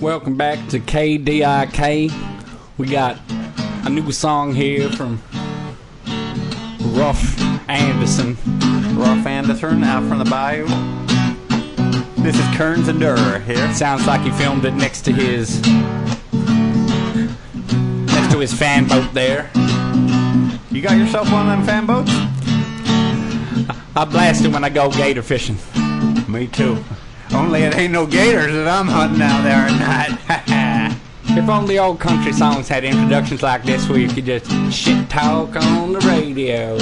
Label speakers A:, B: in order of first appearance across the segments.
A: Welcome back to KDIK. We got a new song here from Ruff Anderson.
B: Rolf Anderson out from the bayou. This is Kearns and Durr here.
A: Sounds like he filmed it next to his next to his fan boat there.
B: You got yourself one of them fan boats?
A: I blast it when I go gator fishing.
B: Me too. Only it ain't no gators that I'm hunting out there at night.
A: If only old country songs had introductions like this where you could just shit talk on the radio.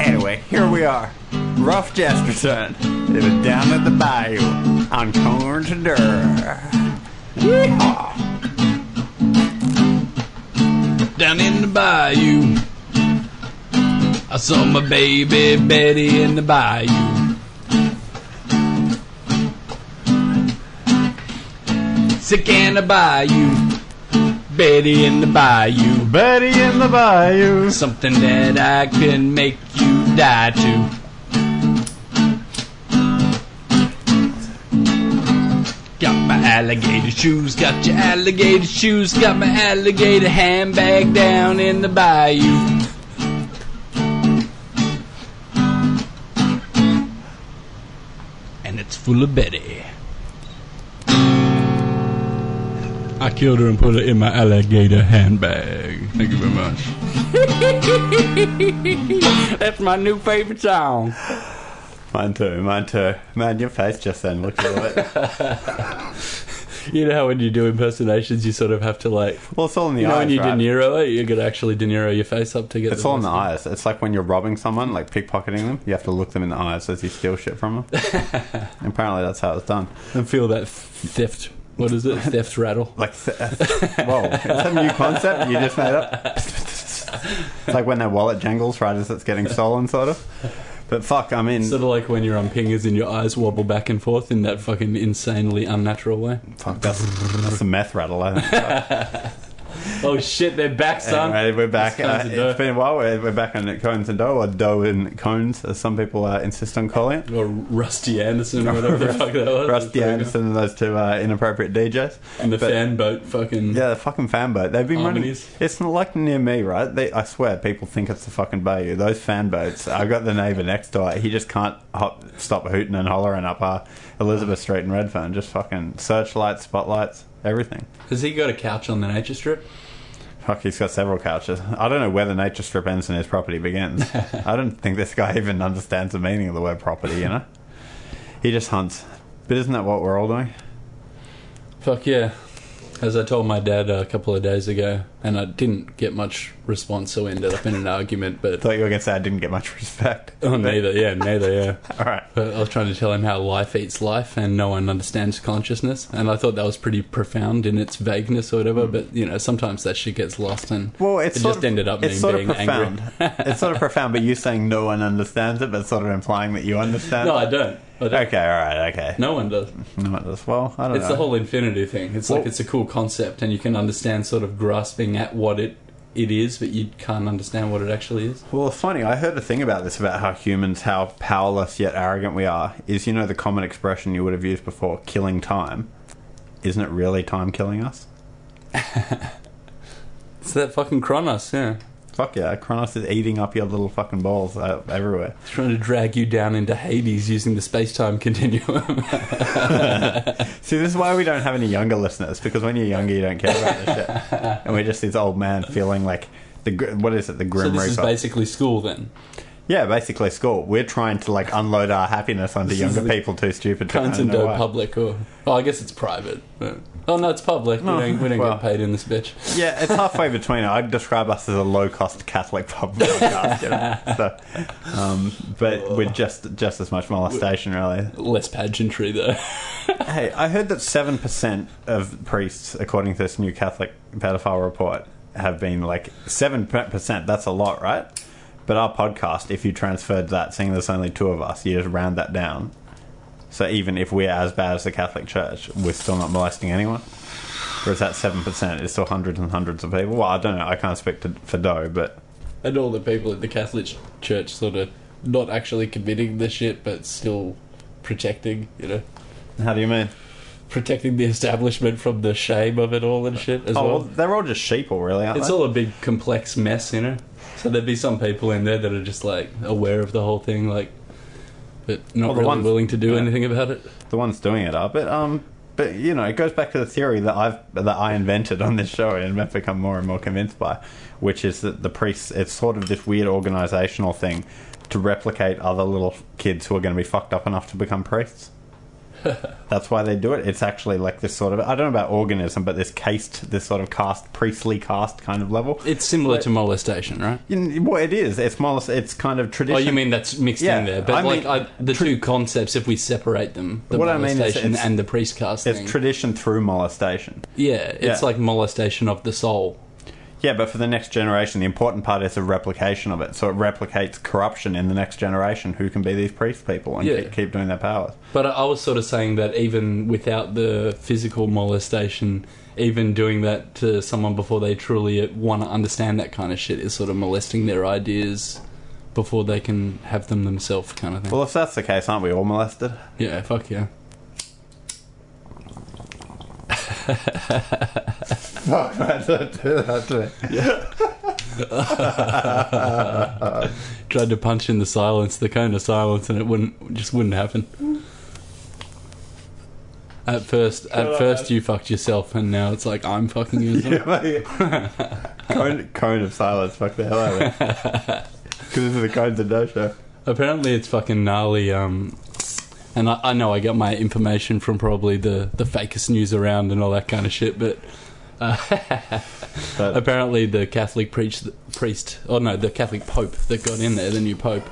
B: anyway, here we are. Rough Jesterson. It was down at the bayou on Kearns and Durr.
C: down in the bayou. I saw my baby Betty in the bayou. Sick in the bayou, Betty in the bayou.
B: Betty in the bayou.
C: Something that I can make you die to. Got my alligator shoes, got your alligator shoes, got my alligator handbag down in the bayou. And it's full of Betty. I killed her and put her in my alligator handbag. Thank you very much.
A: That's my new favorite song.
B: Mine too, mine too. Man, your face just then looked a little bit.
D: You know how when you do impersonations, you sort of have to like,
B: Well, it's all in the
D: you know,
B: eyes.
D: when you
B: right?
D: De Niro it, you could actually De Niro your face up to get.
B: It's
D: the
B: all in the eyes.
D: most-
B: It's like when you're robbing someone, like pickpocketing them, you have to look them in the eyes as you steal shit from them. Apparently, that's how it's done.
D: and feel that theft. What is it? theft rattle.
B: Like, th- uh, whoa, is that a new concept you just made up? it's like when their wallet jangles right as it's getting stolen, sort of. But fuck, I mean,
D: Sort of like when you're on pingers and your eyes wobble back and forth in that fucking insanely unnatural way.
B: fuck, that's, that's a meth rattle. I think.
D: Oh shit, they're back, son.
B: Anyway, we're back.
D: It's Cones
B: Uh,
D: and Dough.
B: it's been a while. We're, we're back on Cones and Dough, or Dough and Cones, as some people uh, insist on calling it.
D: Or Rusty Anderson or whatever the fuck that was.
B: Rusty Anderson and those two uh, inappropriate DJs.
D: And the
B: But-
D: fan boat fucking.
B: Yeah, the fucking fan boat. They've been
D: Harmonies.
B: running. It's not like near me, right? They, I swear, people think it's the fucking bayou. Those fan boats. I got the neighbour next door. He just can't hop, stop hooting and hollering up uh, Elizabeth Street in Redfern. Just fucking searchlights, spotlights, everything.
D: Has he got a couch on the nature strip?
B: Fuck, he's got several couches. I don't know where the nature strip ends and his property begins. I don't think this guy even understands the meaning of the word property. You know, he just hunts. But isn't that what we're all doing?
D: Fuck yeah. As I told my dad a couple of days ago, and I didn't get much response, so we ended up in an argument. But
B: Thought you were gonna say I didn't get much respect.
D: oh, neither, yeah, neither, yeah.
B: All right.
D: But I was trying to tell him how life eats life, and no one understands consciousness. And I thought that was pretty profound in its vagueness or whatever. But you know, sometimes that shit gets lost, and
B: Hmm. Well, it's
D: it
B: sort
D: just
B: of-
D: ended up
B: it's
D: me
B: sort
D: being
B: of profound.
D: angry.
B: it's sort of profound, but you saying no one understands it, but sort of implying that you understand.
D: No,
B: it.
D: I don't. I don't.
B: Okay, all right, okay.
D: No one does.
B: No, one does. Well, I don't
D: It's
B: know.
D: the whole infinity thing. It's like
B: Well-
D: it's a cool concept, and you can understand sort of grasping at what it it is, but you can't understand what it actually is.
B: well, it's funny. I heard a thing about this about how humans, how powerless yet arrogant we are. Is you know the common expression you would have used before, "killing time." Isn't it really time killing us?
D: It's that fucking Kronos, yeah.
B: Fuck yeah, Kronos is eating up your little fucking balls uh, everywhere.
D: It's trying to drag you down into Hades using the space time continuum.
B: See, this is why we don't have any younger listeners because when you're younger, you don't care about this shit, and we're just this old man feeling like the gr- what is it, the
D: so
B: grim
D: this is
B: reaper.
D: basically school then.
B: Yeah, basically school. We're trying to like unload our happiness onto
D: This
B: younger
D: is the
B: people too stupid to
D: Cunts
B: I don't
D: and
B: know
D: dough
B: why.
D: public or oh I guess it's private. but- oh no, it's public.
B: No,
D: we don't, we don't
B: well.
D: get paid in this bitch.
B: Yeah, it's halfway between. I'd describe us as a low cost Catholic pub podcast, you know? so, um, but we're just just as much molestation, really.
D: Less pageantry though.
B: Hey, I heard that seven percent of priests, according to this new Catholic pedophile report, have been like seven percent. That's a lot, right? But our podcast, if you transferred that, seeing there's only two of us, you just round that down. So even if we're as bad as the Catholic Church, we're still not molesting anyone. Whereas that seven percent is still hundreds and hundreds of people. Well, I don't know. I can't speak to, for Doe, but
D: and all the people at the Catholic Church sort of not actually committing the shit but still protecting, you know.
B: how do you mean?
D: protecting the establishment from the shame of it all and shit as
B: Oh, well,
D: well.
B: they're all just sheeple, really, aren't
D: It's
B: they?
D: all a big complex mess, you know. So there'd be some people in there that are just like aware of the whole thing, like, but not
B: Well, the
D: really
B: ones-
D: willing to do
B: yeah.
D: anything about it.
B: the ones doing it are. But um, but you know, it goes back to the theory that I've that I invented on this show and have become more and more convinced by, which is that the priests it's sort of this weird organizational thing to replicate other little kids who are going to be fucked up enough to become priests. That's why they do it. It's actually like this sort of I don't know about organism, but this caste, this sort of caste, priestly caste kind of level.
D: It's similar to molestation, right?
B: In- well, it is. It's more. It's kind of
D: Oh,
B: traditional.
D: you mean that's mixed
B: Yeah,
D: in there? But
B: I
D: like
B: mean-
D: I, the two concepts, if we separate them, the
B: What I mean is
D: molestation
B: it's-
D: and the priest cast
B: it's
D: thing,
B: tradition through molestation.
D: yeah, it's
B: yeah.
D: like molestation of the soul.
B: Yeah, but for the next generation, the important part is the replication of it. So it replicates corruption in the next generation who can be these priest people and
D: Yeah.
B: keep, keep doing their powers.
D: But I- I was sort of saying that even without the physical molestation, even doing that to someone before they truly want to understand that kind of shit is sort of molesting their ideas before they can have them themselves, kind of thing.
B: Well, if that's the case, aren't we all molested?
D: yeah, fuck yeah. Tried to punch in the silence, the cone of silence, and it wouldn't just wouldn't happen. At first, at first you fucked yourself, and now it's like I'm fucking you. as well.
B: cone, cone of silence, fuck the hell out of it. Because this is the Cones of No show.
D: Apparently, it's fucking gnarly. Um, and I, I know I got my information from probably the the fakest news around and all that kind of shit, but. Uh,
B: But-
D: apparently, the Catholic priest, priest, oh no, the Catholic Pope that got in there, the new Pope,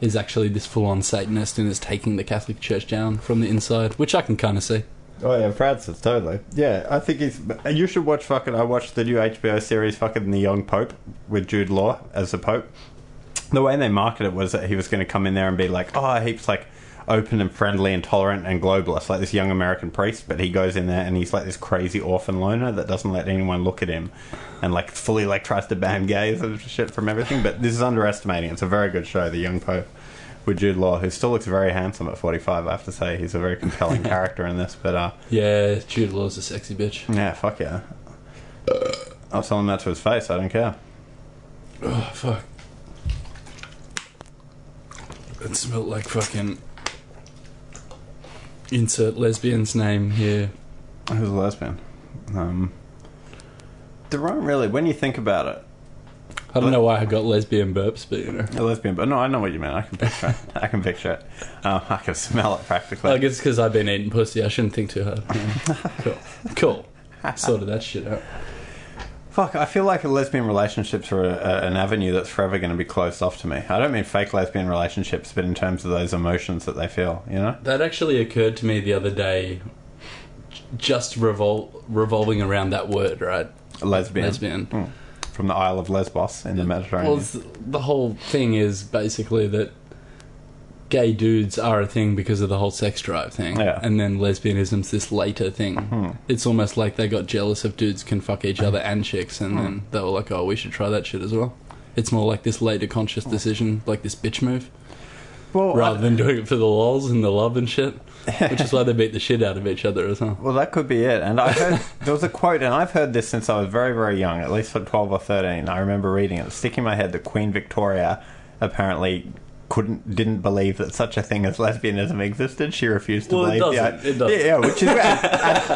D: is actually this full-on Satanist and is taking the Catholic Church down from the inside, which I can kind of see.
B: Oh yeah, Francis, totally. Yeah, I think he's. You should watch fucking. I watched the new HBO series fucking The Young Pope with Jude Law as the Pope. The way they marketed it was that he was going to come in there and be like, oh, he's like open and friendly and tolerant and globalist, like this young American priest. But he goes in there and he's like this crazy orphan loner that doesn't let anyone look at him, and like fully like tries to ban gays and shit from everything. But this is underestimating. It's a very good show, The Young Pope. With Jude Law, who still looks very handsome at 45, I have to say. He's a very compelling character in this, but uh,
D: Yeah, Jude Law's a sexy bitch.
B: yeah, fuck yeah. I'll tell him that to his face. I don't care.
D: Oh fuck! It smelled like fucking. Insert lesbian's name here.
B: Who's a lesbian? Um, there aren't really. When you think about it,
D: I don't know why I got lesbian burps, but you know.
B: a lesbian. But no, I know what you mean. I can picture it. I can picture it. Um, I can smell it practically.
D: I guess because I've been eating pussy, I shouldn't think too hard. cool. Cool. Sorted that shit out.
B: Fuck, I feel like lesbian relationships are a, a, an avenue that's forever going to be closed off to me. I don't mean fake lesbian relationships, but in terms of those emotions that they feel, you know?
D: That actually occurred to me the other day, j- just revol- revolving around that word, right?
B: Lesbian.
D: Lesbian.
B: From the Isle of Lesbos in the Mediterranean.
D: Well, it's, the whole thing is basically that gay dudes are a thing because of the whole sex drive thing,
B: Yeah. Hmm.
D: and then lesbianism's this later thing. It's almost like they got jealous of dudes can fuck each other and chicks, and
B: Hmm.
D: then they were like, "Oh, we should try that shit as well." It's more like this later conscious decision, like this bitch move,
B: Hmm. Well, I-
D: rather than doing it for the lols and the love and shit, which is why they beat the shit out of each other as well.
B: Well, that could be it. And I heard there was a quote, and I've heard this since I was very, very young, at least for twelve or thirteen. I remember reading it, sticking in my head that Queen Victoria apparently couldn't didn't believe that such a thing as lesbianism existed. She refused to
D: Well, it
B: believe the
D: doesn't. It doesn't.
B: Yeah, yeah, which is at, at,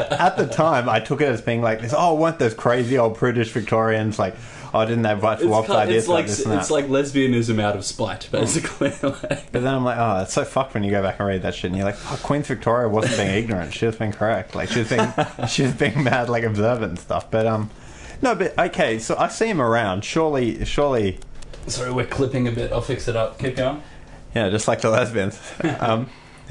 B: at, at the time I took it as being like this. Oh, weren't those crazy old prudish Victorians like? Oh, didn't they have much
D: It's,
B: warped
D: kind-
B: ideas
D: it's like
B: this
D: it's
B: and that?
D: like lesbianism out of spite, basically. like,
B: But then I'm like, oh, it's so fucked when you go back and read that shit, and you're like, oh, Queen Victoria wasn't being ignorant; she was being correct. Like she was being, she was being mad, like observant and stuff. But um, no, but okay. So I see him around. Surely, surely,
D: sorry, we're clipping a bit. I'll fix it up. Keep going.
B: yeah, just like the lesbians. um,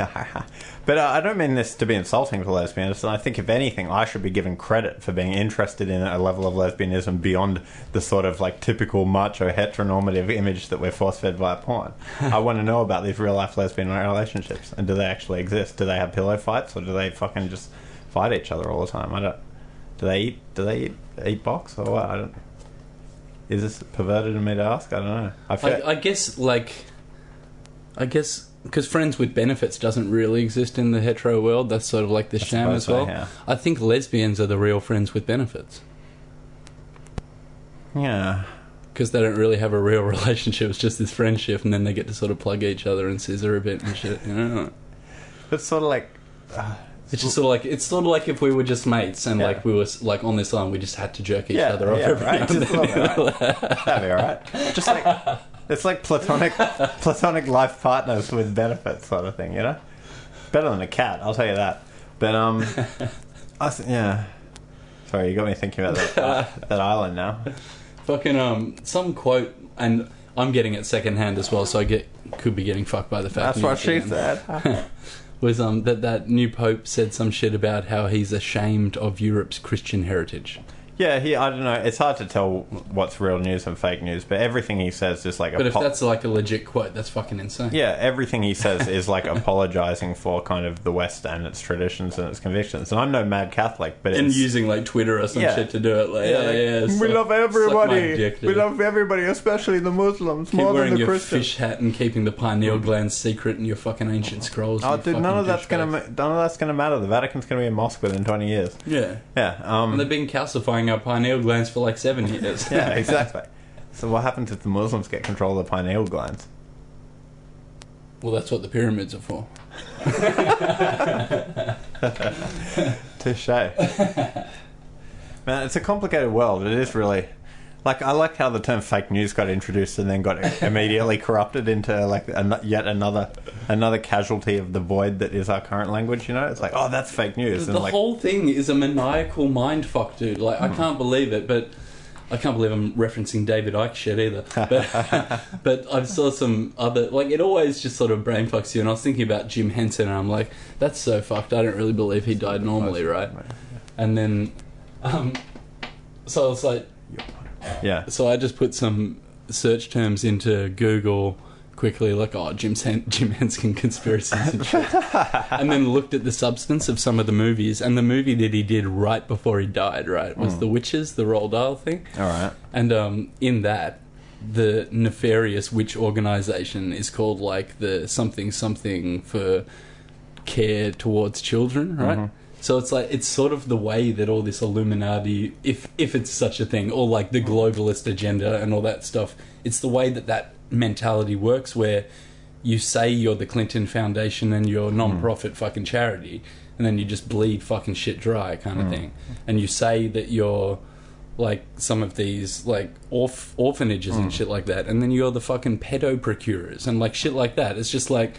B: but uh, I don't mean this to be insulting to lesbians. And I think, if anything, I should be given credit for being interested in a level of lesbianism beyond the sort of like typical macho heteronormative image that we're force fed via porn. I want to know about these real life lesbian relationships and do they actually exist? Do they have pillow fights or do they fucking just fight each other all the time? I don't. Do they eat? Do they eat eat box or what? I don't. Is this perverted of me to ask? I don't know. I feel,
D: I, I guess like I guess because friends with benefits doesn't really exist in the hetero world. That's sort of like the sham
B: suppose
D: as
B: so,
D: well.
B: yeah.
D: I think lesbians are the real friends with benefits
B: Yeah.
D: because they don't really have a real relationship. It's just this friendship, and then they get to sort of plug each other and scissor a bit and shit. You know,
B: It's sort of like
D: it's just sort of like it's sort of like if we were just mates and
B: Yeah.
D: like we were s- like on this line, we just had to jerk each
B: yeah,
D: other off
B: yeah,
D: every
B: right.
D: now and
B: Just
D: then.
B: love it, right? That'd be alright. Just like it's like platonic platonic life partners with benefits sort of thing, you know? Better than a cat, I'll tell you that. But um I th- yeah. Sorry, you got me thinking about that that island now.
D: Fucking um, some quote, and I'm getting it secondhand as well, so I get could be getting fucked by the fact.
B: That's what she
D: again.
B: said.
D: was um, that that new pope said some shit about how he's ashamed of Europe's Christian heritage.
B: Yeah, he. I don't know. It's hard to tell what's real news and fake news, but everything he says is like.
D: But if
B: apo-
D: that's like a legit quote, that's fucking insane.
B: yeah, everything he says is like apologizing for kind of the West and its traditions and its convictions. And I'm no mad Catholic, but
D: And
B: it's,
D: using like Twitter or some
B: Yeah.
D: shit to do it. Like, yeah,
B: like,
D: yeah, suck- suck my dick, dude."
B: everybody, especially the Muslims
D: Keep wearing your fish hat and keeping the pineal gland secret and your fucking ancient scrolls.
B: Oh,
D: you
B: dude,
D: fucking
B: none of that's gonna
D: douchebags.
B: ma- none of that's gonna matter. The Vatican's gonna be a mosque within 20 years.
D: Yeah.
B: Yeah.
D: And
B: Um.
D: they've been calcifying our pineal glands for like seven years.
B: yeah. Exactly. So what happens if the Muslims get control of the pineal glands?
D: well, that's what the pyramids are for.
B: Touche. Man, it's a complicated world. It is really. Like, I like how the term fake news got introduced and then got immediately corrupted into, like, an- yet another another casualty of the void that is our current language, you know? It's like, oh, that's fake news. And,
D: the
B: like,
D: whole thing is a maniacal mind fuck, dude. Like I can't believe it, but I can't believe I'm referencing David Icke shit either. But but I've saw some other like it always just sort of brain fucks you. And I was thinking about Jim Henson, and I'm like, that's so fucked. I don't really believe he died normally, right? And then, um, so I was like,
B: yeah.
D: so I just put some search terms into Google quickly, like oh Jim San- Jim Henson conspiracies and shit, and then looked at the substance of some of the movies. And the movie that he did right before he died, right, was The Witches, the Roald Dahl thing.
B: All right.
D: And um, in that, the nefarious witch organization is called like the something something for care towards children, right? So it's like it's sort of the way that all this Illuminati, if if it's such a thing, or like the globalist agenda and all that stuff, it's the way that that mentality works, where you say you're the Clinton Foundation and you're a non-profit fucking charity, and then you just bleed fucking shit dry kind of thing, and you say that you're like some of these like orph- orphanages and shit like that, and then you're the fucking pedo procurers and like shit like that. It's just like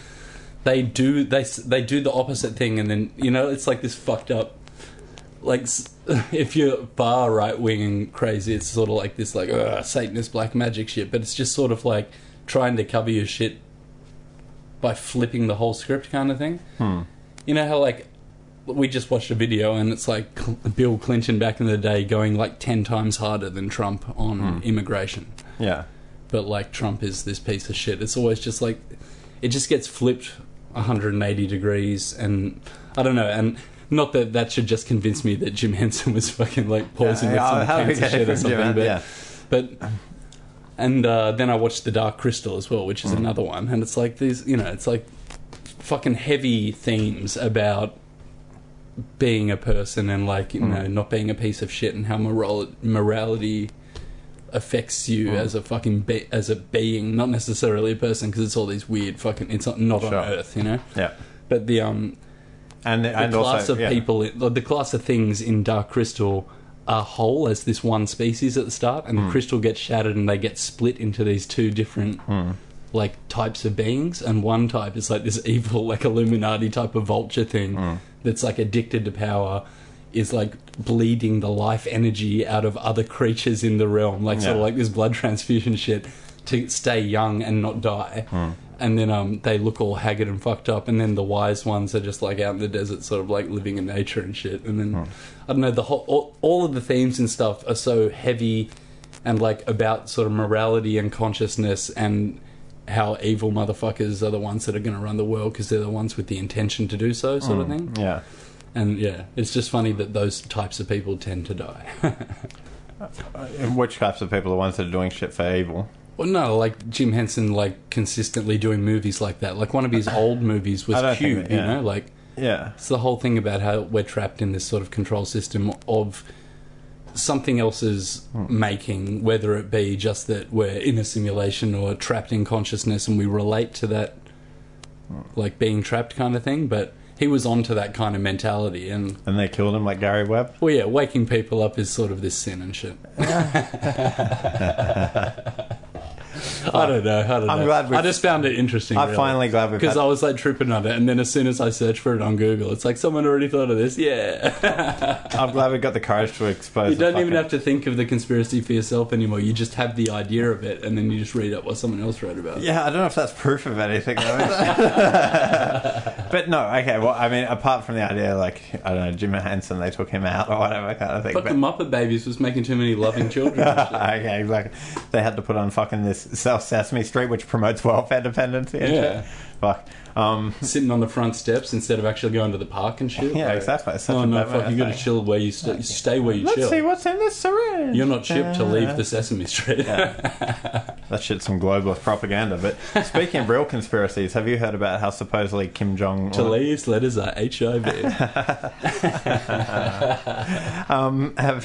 D: they do they s- they do the opposite thing, and then you know it's like this fucked up. Like s- if you're far right wing and crazy, it's sort of like this like ugh, Satanist black magic shit, but it's just sort of like trying to cover your shit by flipping the whole script kind of thing. You know how like we just watched a video and it's like Cl- Bill Clinton back in the day going like 10 times harder than Trump on
B: Hmm.
D: immigration.
B: Yeah.
D: But like Trump is this piece of shit. It's always just like it just gets flipped 180 degrees and I don't know and not that that should just convince me that Jim Henson was fucking like pausing
B: Yeah,
D: with
B: how
D: some
B: we
D: cancer
B: get it
D: shit or
B: from Jim
D: something but,
B: Henson,
D: but and uh, then I watched The Dark Crystal as well which
B: Hmm.
D: is another one and it's like these you know it's like fucking heavy themes about being a person and like you know not being a piece of shit and how moral- morality affects you as a fucking be- as a being not necessarily a person because it's all these weird fucking it's not, not on
B: Sure.
D: earth you know
B: Yeah.
D: but the um
B: And,
D: the
B: and
D: class
B: also,
D: of
B: yeah.
D: people or the class of things in dark crystal are whole as this one species at the start and
B: Hmm.
D: the crystal gets shattered and they get split into these two different
B: Hmm.
D: like types of beings and one type is like this evil like illuminati type of vulture thing
B: Hmm.
D: that's like addicted to power is like bleeding the life energy out of other creatures in the realm like sort of
B: Yeah.
D: like this blood transfusion shit to stay young and not die and then um they look all haggard and fucked up and then the wise ones are just like out in the desert sort of like living in nature and shit and then i don't know the whole all, all of the themes and stuff are so heavy and like about sort of morality and consciousness and how evil motherfuckers are the ones that are going to run the world because they're the ones with the intention to do so, sort of thing.
B: Yeah.
D: And yeah, it's just funny that those types of people tend to die.
B: And Which types of people are the ones that are doing shit for evil?
D: Well, no, like Jim Henson, like consistently doing movies like that. Like one of his old movies
B: I
D: was
B: don't
D: Cube,
B: think that-
D: you
B: yeah.
D: know. Like
B: Yeah.
D: it's the whole thing about how we're trapped in this sort of control system of something else's
B: Hmm.
D: making, whether it be just that we're in a simulation or trapped in consciousness, and we relate to that,
B: Hmm.
D: like being trapped kind of thing. But he was onto that kind of mentality, and
B: And they killed him like Gary Webb.
D: well, yeah, waking people up is sort of this sin and shit. I don't know. I don't
B: I'm
D: know.
B: glad we-
D: I just found it interesting.
B: I'm finally glad we've
D: because
B: had-
D: I was like tripping on it, and then as soon as I search for it on Google, it's like someone already thought of this. Yeah,
B: I'm glad we got the courage to expose.
D: you
B: the
D: don't even
B: fucking-
D: have to think of the conspiracy for yourself anymore. You just have the idea of it, and then you just read up what someone else wrote about. it.
B: Yeah, I don't know if that's proof of anything, though. is it? but no, okay. Well, I mean, apart from the idea, like I don't know, Jim Henson, they took him out or whatever kind of thing.
D: But the
B: but-
D: Muppet Babies was making too many loving children. and shit.
B: okay, exactly. They had to put on fucking this South Sesame Street, which promotes welfare dependency. And
D: Yeah.
B: shit. Fuck. Um,
D: Sitting on the front steps instead of actually going to the park and shit.
B: yeah,
D: Like,
B: exactly. It's such
D: Oh
B: a
D: no,
B: bummer,
D: fuck! You
B: I
D: got to
B: think.
D: chill where you st- stay. Where you
B: Let's
D: chill.
B: see what's in this syringe.
D: You're not shipped to leave
B: Uh,
D: the Sesame Street.
B: That shit's some globalist propaganda. But speaking of real conspiracies, have you heard about how supposedly Kim Jong
D: to leave's letters are HIV.
B: Um, have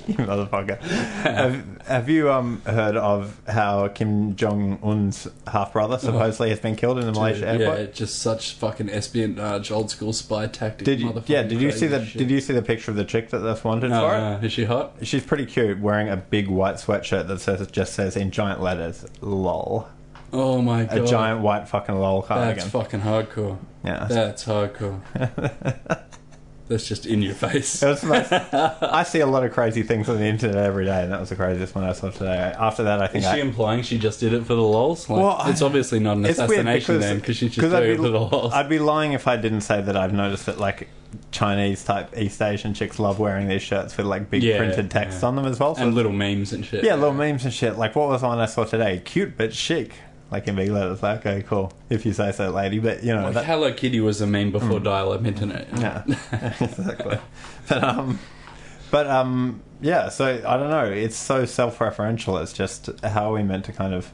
B: you motherfucker? Have, have you um heard of how Kim Jong Un's half brother supposedly has been killed in the Malaysia
D: yeah,
B: airport?
D: it's just such fucking espionage, uh, old school spy tactic.
B: Did you?
D: motherfucking
B: Yeah. Did you see
D: crazy
B: the?
D: shit.
B: Did you see the picture of the chick that that's wanted
D: No,
B: for it?
D: no. Is she hot?
B: She's pretty cute, wearing a big white sweatshirt that says just says in giant letters "lol,"
D: Oh my
B: a
D: god.
B: giant white fucking lol
D: That's
B: cardigan.
D: fucking hardcore.
B: yeah.
D: That's hardcore. That's just in your face.
B: It was the most, I see a lot of crazy things on the internet every day, and that was the craziest one I saw today. After that, I think
D: Is
B: I,
D: she implying she just did it for the lols? Like,
B: Well, I-
D: it's obviously not an assassination then, because she's just
B: I'd
D: doing it
B: be-
D: for the lols.
B: I'd be lying if I didn't say that I've noticed that like Chinese type East Asian chicks love wearing these shirts with like big
D: Yeah,
B: printed text
D: yeah.
B: on them as well. So
D: and little memes and shit.
B: yeah, little memes and shit. Like what was the one I saw today? Cute but chic. Like in big letters. Like, okay, cool. If you say so, lady. But you know
D: Like,
B: that,
D: Hello Kitty was a meme before dial-up internet.
B: Mm. yeah, exactly. But um, but um, yeah. So I don't know. It's so self-referential. It's just how are we meant to kind of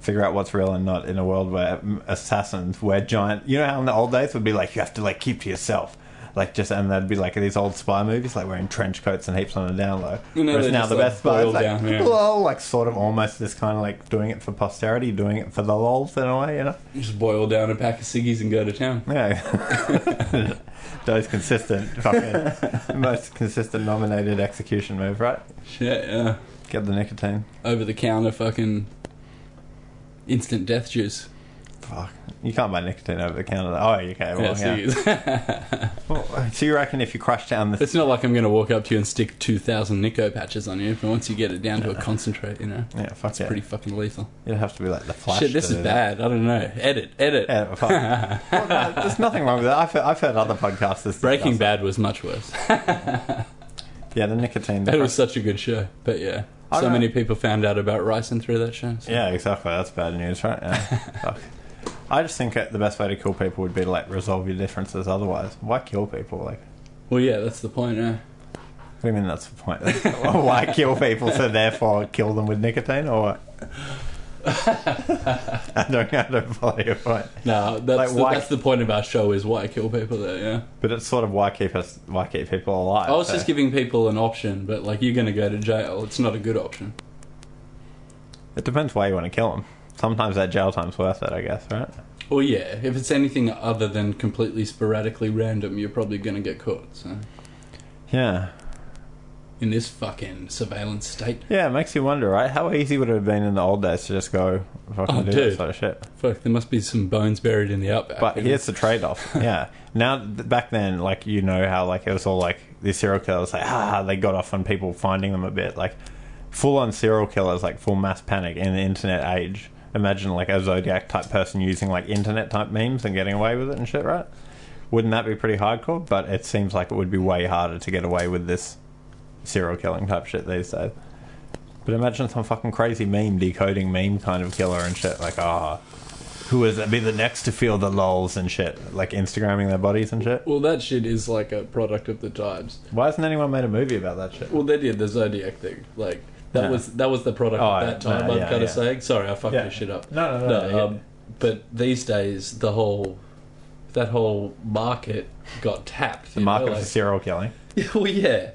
B: figure out what's real and not in a world where mm, assassins, where giant. You know how in the old days would be like you have to like keep to yourself. Like just and that'd be like these old spy movies, like wearing trench coats and heaps on the down low.
D: You know,
B: Whereas
D: they're
B: now
D: just,
B: the
D: like,
B: best spy is
D: boiled
B: like,
D: down, yeah.
B: lol, like sort of almost this kind of like doing it for posterity, doing it for the lols in a way, you know.
D: Just boil down a pack of ciggies and go to town.
B: Yeah. Those consistent, fucking, most consistent nominated execution move, right?
D: Shit, yeah.
B: Get the nicotine.
D: Over the counter fucking instant death juice.
B: Fuck. You can't buy nicotine over the counter. though. Oh, okay. Well,
D: Yeah,
B: yeah.
D: ciggies.
B: Well, so you reckon if you crush down the.
D: it's not like I'm going to walk up to you and stick 2,000 Nico patches on you, but once you get it down to a concentrate, you know,
B: Yeah, fuck
D: it's
B: yeah.
D: pretty fucking lethal.
B: It'd have to be like the flash.
D: Shit, this
B: to
D: is
B: do that.
D: bad. I don't know. Edit, edit.
B: Yeah, fuck. Well, no, there's nothing wrong with that. I've heard, I've heard other podcasters.
D: Breaking
B: discuss
D: Bad was much worse.
B: it. Yeah, the nicotine.
D: That was such a good show. But yeah,
B: I
D: so
B: don't-
D: many people found out about ricin through that show. so-
B: Yeah, exactly. That's bad news, right? Yeah. Fuck. I just think that the best way to kill people would be to like resolve your differences. Otherwise, why kill people? Like,
D: Well, yeah, that's the point. Yeah.
B: What do you mean that's the point? Why kill people so therefore kill them with nicotine or what? I don't I don't follow your point.
D: No, that's,
B: Like,
D: the,
B: why-
D: that's the point of our show is why kill people there, yeah.
B: But it's sort of why keep us why keep people alive.
D: I was
B: so-
D: just giving people an option, but like you're going to go to jail. It's not a good option.
B: It depends why you want to kill them. Sometimes that jail time's worth it, I guess, right?
D: Well, yeah, if it's anything other than completely sporadically random, you're probably going to get caught. So,
B: Yeah.
D: in this fucking surveillance state,
B: Yeah, it makes you wonder, right? How easy would it have been in the old days to just go fucking
D: Oh,
B: do that
D: dude.
B: sort of shit?
D: fuck, there must be some bones buried in the outback.
B: But
D: you know?
B: here's the trade-off. Yeah. Now, th- back then, like you know how like it was all like the serial killers, like ah, they got off on people finding them a bit, like full-on serial killers, like full mass panic in the internet age. Imagine like a Zodiac type person using like internet type memes and getting away with it and shit, right? Wouldn't that be pretty hardcore? But it seems like it would be way harder to get away with this serial killing type shit these days. But imagine some fucking crazy meme decoding meme kind of killer and shit, like ah who is be the next to feel the lulls and shit, like Instagramming their bodies and shit.
D: well, that shit is like a product of the times.
B: Why hasn't anyone made a movie about that shit?
D: Well, they did the Zodiac thing. Like, That
B: No.
D: was that was the product
B: Oh,
D: of that time.
B: no,
D: I've
B: yeah,
D: got to
B: yeah.
D: say, sorry, I fucked
B: Yeah.
D: your shit up.
B: No, no, no, yeah.
D: um, but these days, the whole that whole market got tapped.
B: The market for serial killing.
D: well, yeah,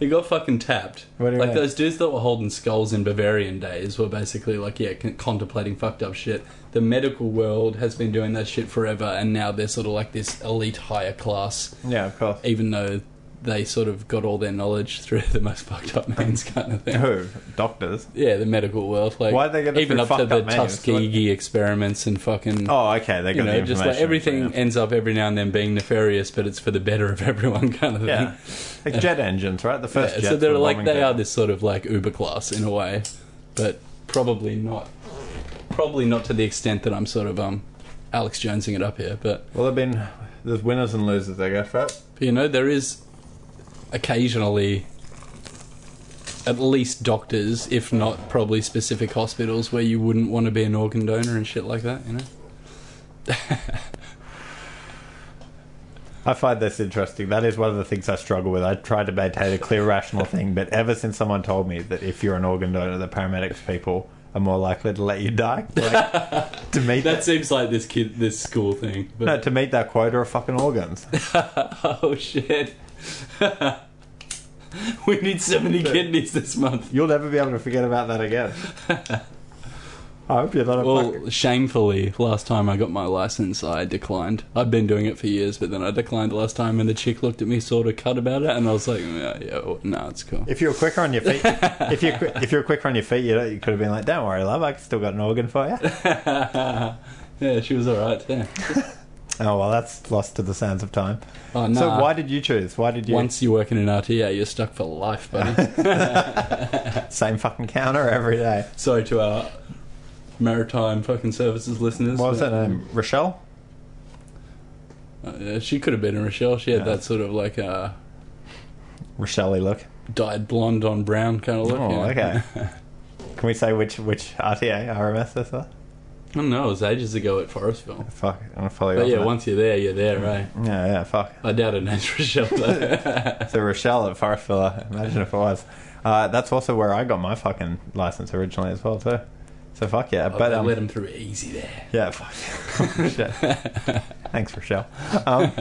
D: it got fucking tapped.
B: What do you
D: like
B: mean?
D: those dudes that were holding skulls in Bavarian days were basically like, yeah, con- contemplating fucked up shit. The medical world has been doing that shit forever, and now they're sort of like this elite higher class
B: Yeah, of course.
D: even though they sort of got all their knowledge through the most fucked up means kind of thing.
B: Who? Doctors.
D: Yeah, the medical world, like
B: Why'd they get it
D: even
B: through
D: up to
B: fucked
D: the
B: up means?
D: Tuskegee experiments and fucking
B: Oh, okay. They got
D: you
B: the
D: know,
B: information.
D: just like everything
B: Yeah.
D: ends up every now and then being nefarious, but it's for the better of everyone kind of thing.
B: Yeah. Like jet engines, right? The first
D: Yeah,
B: jets
D: so they're
B: were
D: like
B: bombing
D: they
B: people.
D: are this sort of like Uber class in a way, but probably not, probably not to the extent that I'm sort of um Alex Jonesing it up here, but
B: Well, there've been there's winners and losers. I guess, right?
D: You know, there is occasionally at least doctors, if not probably specific hospitals, where you wouldn't want to be an organ donor and shit like that, you know?
B: I find this interesting. That is one of the things I struggle with. I try to maintain a clear, rational thing, but ever since someone told me that if you're an organ donor, the paramedics people are more likely to let you die. Like, to meet
D: That
B: that,
D: seems like this kid, this school thing.
B: no,
D: But
B: to meet that quota of fucking organs.
D: oh shit! we need seventy kidneys this month.
B: You'll never be able to forget about that again. I hope you're not a fucking.
D: Well, shamefully, last time I got my license, I declined. I've been doing it for years, but then I declined last time, and the chick looked at me sort of cut about it, and I was like, "Oh, yeah, yeah well, nah, it's cool.
B: If you were quicker on your feet, if you are if you were quicker on your feet, you, know, you could have been like, "Don't worry, love, I still got an organ for you."
D: yeah, she was alright, yeah.
B: Oh well, that's lost to the sands of time.
D: Oh, no.
B: So why did you choose? Why did you
D: Once you work in an RTA, you're stuck for life, buddy.
B: same fucking counter every day?
D: Sorry to our maritime fucking services listeners.
B: What was her
D: but-
B: name? Rochelle.
D: Uh, yeah, she could have been a Rochelle. She had that sort of like uh,
B: Rochelle look.
D: dyed blonde on brown kind of look.
B: Oh,
D: yeah.
B: okay. Can we say which which RTA RMS this was?
D: I don't know. It was ages ago at Forestville.
B: Fuck, I'm gonna follow you.
D: But
B: up
D: yeah,
B: on that.
D: once you're there, you're there, right?
B: Yeah, yeah, fuck.
D: I doubt her name's Rochelle. Though.
B: So Rochelle at Forestville. Imagine if it was. Uh, that's also where I got my fucking license originally as well too. So fuck yeah,
D: but
B: but
D: I
B: um,
D: let him through easy there.
B: yeah, fuck. Shit. Thanks, Rochelle. Um,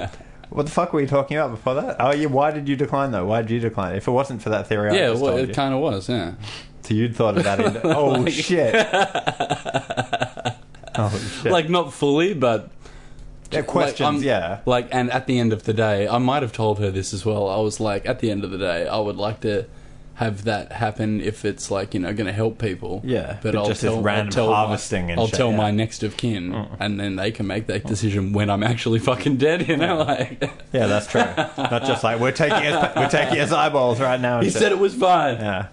B: what the fuck were you talking about before that? Oh, yeah. Why did you decline though? Why did you decline? If it wasn't for that theory, I
D: yeah,
B: just
D: well,
B: told
D: it
B: you.
D: kind of was. Yeah.
B: So you'd thought of that. In- oh shit. oh shit.
D: like um, not fully, but
B: Yeah, questions.
D: I'm-
B: yeah.
D: Like, and at the end of the day, I might have told her this as well. I was like, at the end of the day, I would like to have that happen if it's like you know going to help people.
B: Yeah,
D: but,
B: but
D: I'll
B: just this
D: tell,
B: random
D: I'll tell
B: harvesting
D: My,
B: and
D: I'll
B: shit,
D: tell
B: yeah. Mm.
D: my next of kin, and then they can make that decision when I'm actually fucking dead. You know, like
B: Yeah, that's true. Not just like we're taking his, we're taking his eyeballs right now. and
D: he
B: shit.
D: said it was fine.
B: Yeah.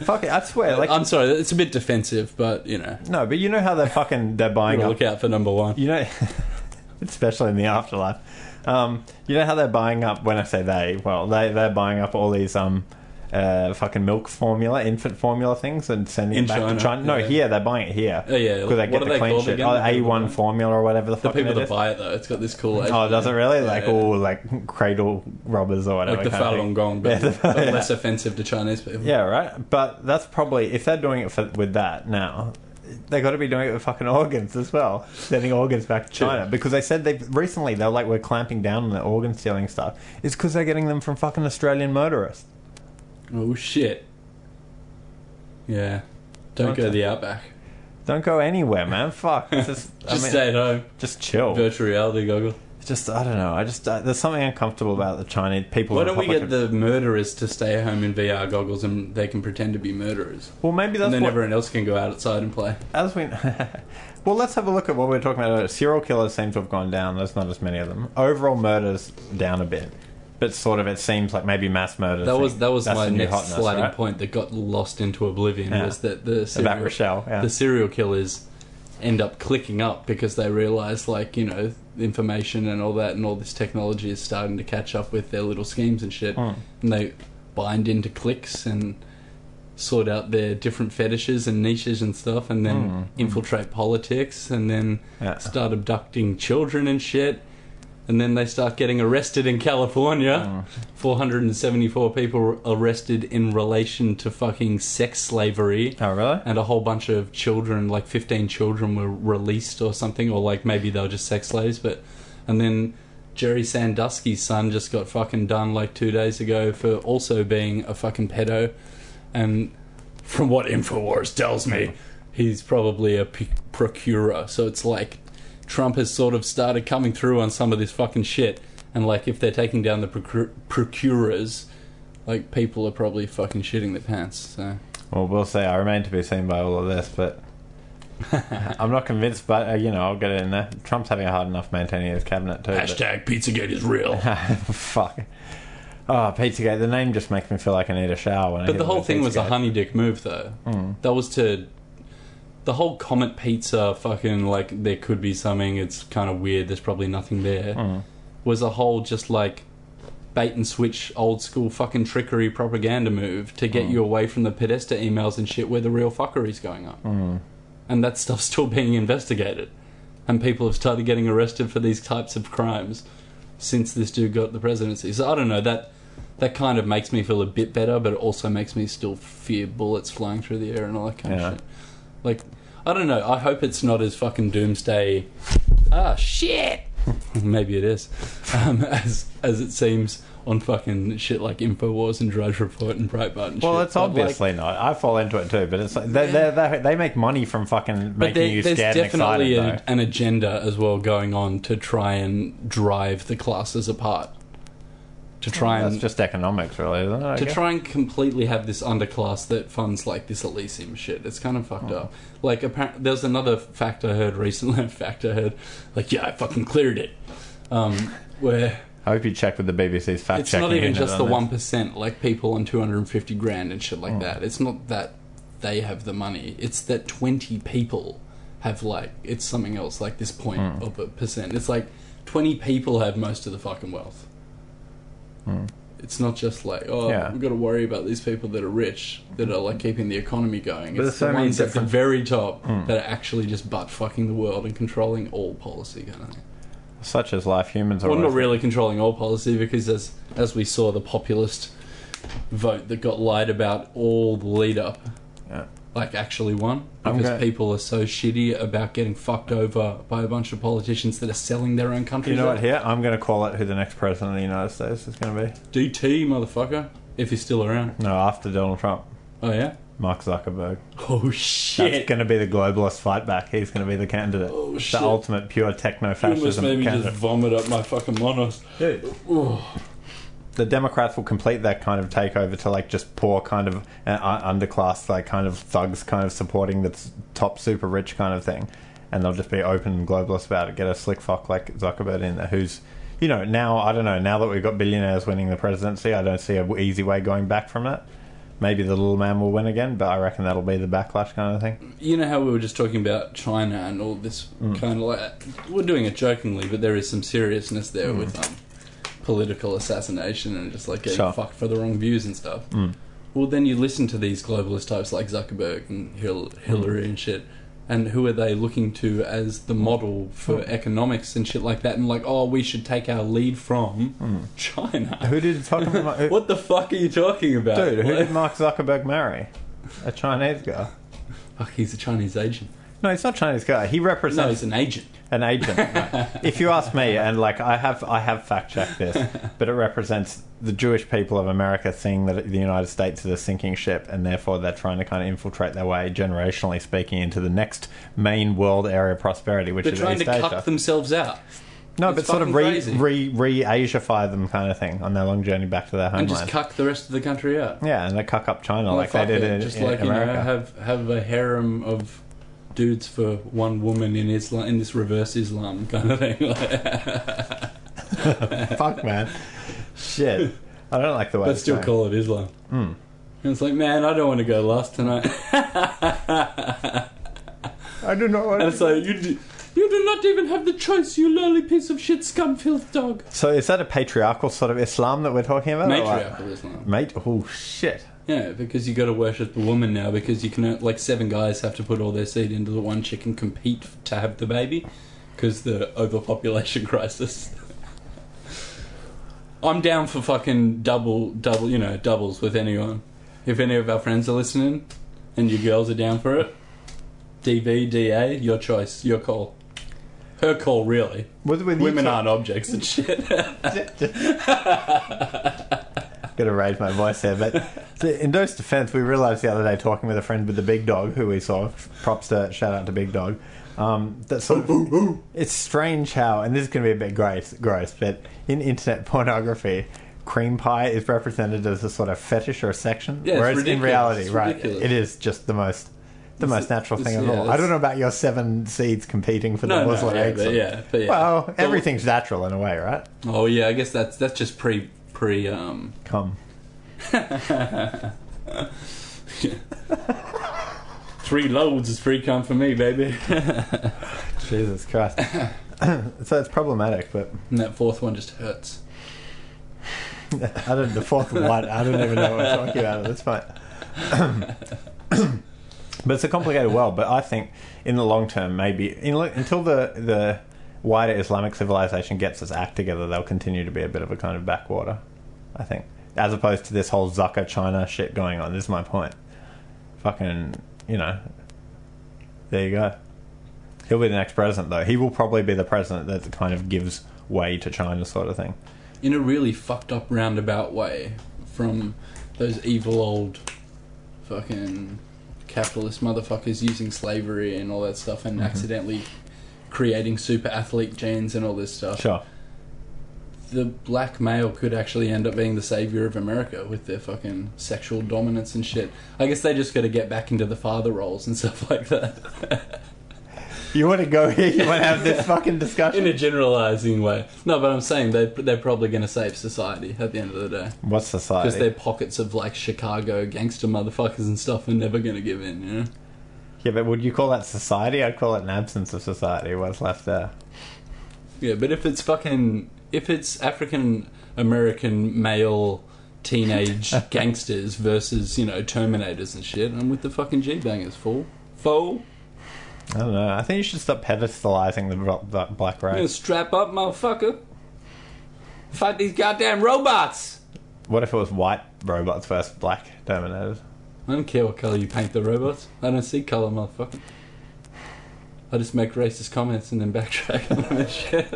B: Fuck it, I swear. Like
D: I'm sorry, it's a bit defensive, but you know,
B: no, but you know how they're fucking they're buying
D: gotta
B: up.
D: look out for number one.
B: You know, especially in the afterlife. Um, you know how they're buying up. When I say they, well, they they're buying up all these um. Uh, fucking milk formula, infant formula things, and sending
D: In
B: it back
D: China,
B: to China. No,
D: yeah.
B: here they're buying it here.
D: Oh, yeah,
B: because they
D: what
B: get
D: are
B: the
D: they
B: clean
D: called
B: shit.
D: again?
B: Oh, A1 formula or whatever the
D: The
B: fuck
D: people
B: it
D: that
B: is.
D: buy it though, it's got this cool.
B: Oh, does it really? Like
D: Yeah.
B: all like cradle robbers or whatever.
D: like the
B: kind of thing.
D: Falun Gong, but,
B: Yeah,
D: but less offensive to Chinese people.
B: Yeah, right. But that's probably if they're doing it for, with that now, they got to be doing it with fucking organs as well, sending organs back to China because they said they recently they're like we're clamping down on the organ stealing stuff. It's because they're getting them from fucking Australian motorists.
D: Oh shit. Yeah. Don't go to the outback.
B: Don't go anywhere, man. Fuck. It's Just, I
D: Just
B: mean,
D: stay at home.
B: just chill.
D: Virtual reality goggle.
B: Just I don't know. I just uh, there's something uncomfortable about the Chinese people.
D: Why
B: in
D: don't we
B: public-
D: get the murderers to stay home in VR goggles and they can pretend to be murderers?
B: Well, maybe that's
D: And then
B: what,
D: everyone else can go outside and play.
B: as we well let's have a look at what we we're talking about serial killers seem to have gone down there's not as many of them overall murders down a bit but sort of it seems like maybe mass murders
D: That was that was
B: That's
D: my
B: the new
D: next
B: hotness,
D: sliding
B: right?
D: point that got lost into oblivion
B: Yeah.
D: was that the serial,
B: Rochelle, yeah.
D: the serial killers end up clicking up because they realize like you know information and all that and all this technology is starting to catch up with their little schemes and shit and they bind into cliques and sort out their different fetishes and niches and stuff and then infiltrate politics and then
B: Yeah.
D: start abducting children and shit And then they start getting arrested in California. 474 people arrested in relation to fucking sex slavery.
B: Oh, really?
D: And a whole bunch of children, like 15 children, were released or something, or like maybe they were just sex slaves. But and then Jerry Sandusky's son just got fucking done like two days ago for also being a fucking pedo. And from what Infowars tells me, he's probably a p- procurer. So it's like Trump has sort of started coming through on some of this fucking shit. And like, if they're taking down the procur- procurers, like people are probably fucking shitting their pants. So
B: Well, we'll see. I remain to be seen by all of this, but I'm not convinced. But uh, you know, I'll get it in there. Trump's having a hard enough maintaining his cabinet too. but-
D: hashtag Pizzagate is real.
B: Fuck. Oh, Pizzagate. The name just makes me feel like I need a shower. When I
D: But
B: hear
D: the whole thing was a
B: Pizzagate.
D: honey dick move, though. That was to the whole Comet Pizza fucking like there could be something. It's kind of weird. There's probably nothing there. Was a whole just like bait and switch old school fucking trickery propaganda move to get you away from the Podesta emails and shit where the real fuckery's going on. And that stuff's still being investigated. And people have started getting arrested for these types of crimes since this dude got the presidency. So I don't know that that kind of makes me feel a bit better, but it also makes me still fear bullets flying through the air and all that kind
B: Yeah.
D: of shit. Like, I don't know. I hope it's not as fucking doomsday. Ah, shit. Maybe it is, um, as as it seems on fucking shit like Infowars and Drudge Report and Breitbart and shit.
B: Well, it's
D: But, like,
B: obviously not. I fall into it too, but it's like they they they they make money from fucking making
D: there-
B: you scared and excited.
D: a-
B: though.
D: an agenda as well going on to try and drive the classes apart. To try
B: That's
D: and
B: just economics, really, isn't it? I
D: to
B: guess?
D: try and completely have this underclass that funds like this Elysium shit. It's kind of fucked up. Like, apparent there's another fact I heard recently. fact I heard, like, yeah, I fucking cleared it. Um, where
B: I hope you check with the BBC's fact
D: it's
B: checking.
D: not even
B: unit
D: just
B: on
D: the
B: this.
D: one percent, like people on two hundred and fifty grand and shit
B: Oh.
D: like that. It's not that they have the money; it's that twenty people have like it's something else, like this point
B: Hmm.
D: of a percent. It's like twenty people have most of the fucking wealth. It's not just like oh,
B: Hmm. Yeah.
D: we've got to worry about these people that are rich that are like keeping the economy going.
B: But
D: it's
B: there's
D: the
B: so many
D: ones at the
B: different- Hmm.
D: very top that are actually just butt fucking the world and controlling all policy kind of thing.
B: Such as life, humans are
D: Well, not
B: always-
D: really controlling all policy because, as as we saw, the populist vote that got lied about all the lead up,
B: Yeah.
D: like actually won
B: I'm
D: because
B: go-
D: people are so shitty about getting fucked over by a bunch of politicians that are selling their own country.
B: You know what? Here, I'm going to call it who the next president of the United States is going to be.
D: DT motherfucker, if he's still around.
B: No, after Donald Trump,
D: Oh yeah.
B: Mark Zuckerberg.
D: Oh
B: That's
D: shit.
B: going to be the globalist fight back. He's going to be the candidate.
D: Oh, shit.
B: the ultimate pure techno
D: You almost
B: fascism
D: made me just
B: candidate.
D: vomit up my fucking monos.
B: The Democrats will complete that kind of takeover to like just poor kind of uh, uh, underclass, like kind of thugs, kind of supporting the s- top super rich kind of thing, and they'll just be open and globalist about it. Get a slick fuck like Zuckerberg in there, who's you know now I don't know now that we've got billionaires winning the presidency, I don't see a w easy way going back from that. Maybe the little man will win again, but I reckon that'll be the backlash kind of thing.
D: you know how we were just talking about China and all this
B: Mm.
D: kind of like we're doing it jokingly, but there is some seriousness there with um, political assassination and just like getting
B: Mm. Sure. Mm.
D: fucked for the wrong views and stuff. Well, then you listen to these globalist types like Zuckerberg and Hil-
B: Mm.
D: Hillary and shit, and who are they looking to as the model for
B: Mm.
D: economics and shit like that? And like, oh, we should take our lead from China.
B: Mm. Who did fucking who-
D: What the fuck are you talking about,
B: dude? Who
D: Like,
B: did Mark Zuckerberg marry? A Chinese guy.
D: fuck, he's a Chinese agent.
B: No, he's not Chinese guy. He
D: No,
B: represents
D: he's an agent.
B: an agent. right? if you ask me, and like I have, I have fact checked this, but it represents the Jewish people of America seeing that the United States is a sinking ship, and therefore they're trying to kind of infiltrate their way, generationally speaking, into the next main world area of prosperity, which
D: They're
B: is
D: trying
B: East
D: to
B: Asia.
D: cut themselves out.
B: no,
D: it's
B: but sort of
D: fucking
B: re
D: crazy.
B: re re Asiafy them kind of thing on their long journey back to their
D: and
B: homeland.
D: just cuck the rest of the country out.
B: yeah, and they cuck up China like they
D: fuck
B: did
D: it.
B: in,
D: just
B: in
D: like
B: America.
D: you know, have have a harem of dudes for one woman in Islam in this reverse Islam kind of thing.
B: Fuck man, shit. I don't like the way.
D: but
B: it's
D: still
B: going.
D: call it Islam.
B: Hmm.
D: And it's like, man, I don't want to go last tonight.
B: I do not want.
D: and it's like you. Do, you do not even have the choice, you lowly piece of shit, scum filth dog.
B: So is that a patriarchal sort of Islam that we're talking about? or what?
D: Matriarchal Islam.
B: Mate, oh shit.
D: Yeah, because you got to worship the woman now because you can uh, like seven guys have to put all their seed into the one chick and compete f- to have the baby because the overpopulation crisis. I'm down for fucking double, double, you know, doubles with anyone. If any of our friends are listening and you girls are down for it, DV, DA, your choice, your call. Her call, really.
B: With, with you
D: Women
B: two-
D: aren't objects and shit.
B: Gotta raise my voice there, but so in Doe's defense, we realized the other day talking with a friend with the big dog who we saw. Props to shout out to Big Dog. Um, that sort of, it's strange how, and this is going to be a bit gross, gross, but in internet pornography, cream pie is represented as a sort of fetish or section,
D: Yeah, it's
B: whereas in
D: ridiculous.
B: reality,
D: It's
B: right,
D: ridiculous.
B: it is just the most. The most natural
D: it's-
B: thing of
D: yeah,
B: all. I
D: it's-
B: don't know about your seven seeds competing for the
D: No, no,
B: Muslim
D: yeah,
B: eggs.
D: but yeah, but yeah.
B: Well,
D: But-
B: everything's natural in a way, right?
D: Oh yeah, I guess that's that's just pre pre um
B: Come.
D: three loads is free come for me, baby.
B: Jesus Christ. so it's problematic, but
D: And that fourth one just hurts.
B: I don't the fourth one. I don't even know what I'm talking about at this point. but it's a complicated world. But I think in the long term, maybe in, until the the wider Islamic civilization gets its act together, they'll continue to be a bit of a kind of backwater. I think, as opposed to this whole Zucker China shit going on. This is my point. Fucking, you know. There you go. He'll be the next president, though. He will probably be the president that kind of gives way to China, sort of thing.
D: in a really fucked up roundabout way from those evil old fucking capitalist motherfuckers using slavery and all that stuff and accidentally creating super athlete genes and all this stuff.
B: Sure.
D: The black male could actually end up being the savior of America with their fucking sexual dominance and shit. I guess they just got to get back into the father roles and stuff like that.
B: You want to go here? You want to have this fucking
D: in
B: discussion?
D: a generalizing way. No, but I'm saying they they're probably going to save society at the end of the day.
B: What's
D: Because
B: society?
D: they're pockets of like Chicago gangster motherfuckers and stuff are never going to give in, you know?
B: Yeah, but would you call that society? I'd call it an absence of society. What's left there?
D: Yeah, but if it's fucking. If it's African American male teenage gangsters versus, you know, Terminators and shit, I'm with the fucking G Bangers, fool. Fool.
B: I don't know. I think you should stop pedestalizing the, bro- the black
D: You know,
B: race.
D: strap up, motherfucker. Fight these goddamn robots!
B: What if it was white robots versus black Terminators?
D: I don't care what color you paint the robots. I don't see color, motherfucker. I just make racist comments and then backtrack on that shit.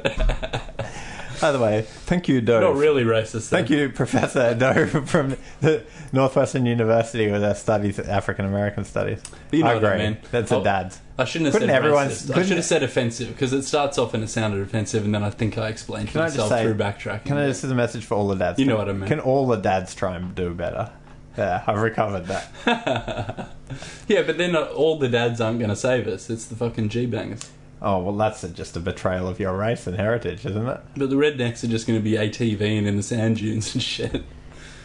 B: By the way, thank you, Doe.
D: Not really racist.
B: Thank you, Professor Doe from the Northwestern University with our studies, African American studies.
D: you know
B: I
D: what I
B: agree.
D: mean.
B: That's
D: Oh.
B: a dad's.
D: I shouldn't have
B: Couldn't
D: said
B: everyone-
D: racist. I
B: couldn't-
D: should have said offensive because it starts off and it sounded offensive, and then I think I explained
B: Can I just
D: myself
B: say-
D: through backtracking.
B: Can I just as a message for all the dads?
D: You know what I mean.
B: Can all the dads try and do better? Yeah, I've recovered that.
D: yeah, but then not all the dads aren't going to save us. It's the fucking G bangers.
B: Oh well, that's a, just a betrayal of your race and heritage, isn't it?
D: But the rednecks are just going to be ATVing in the sand dunes and shit.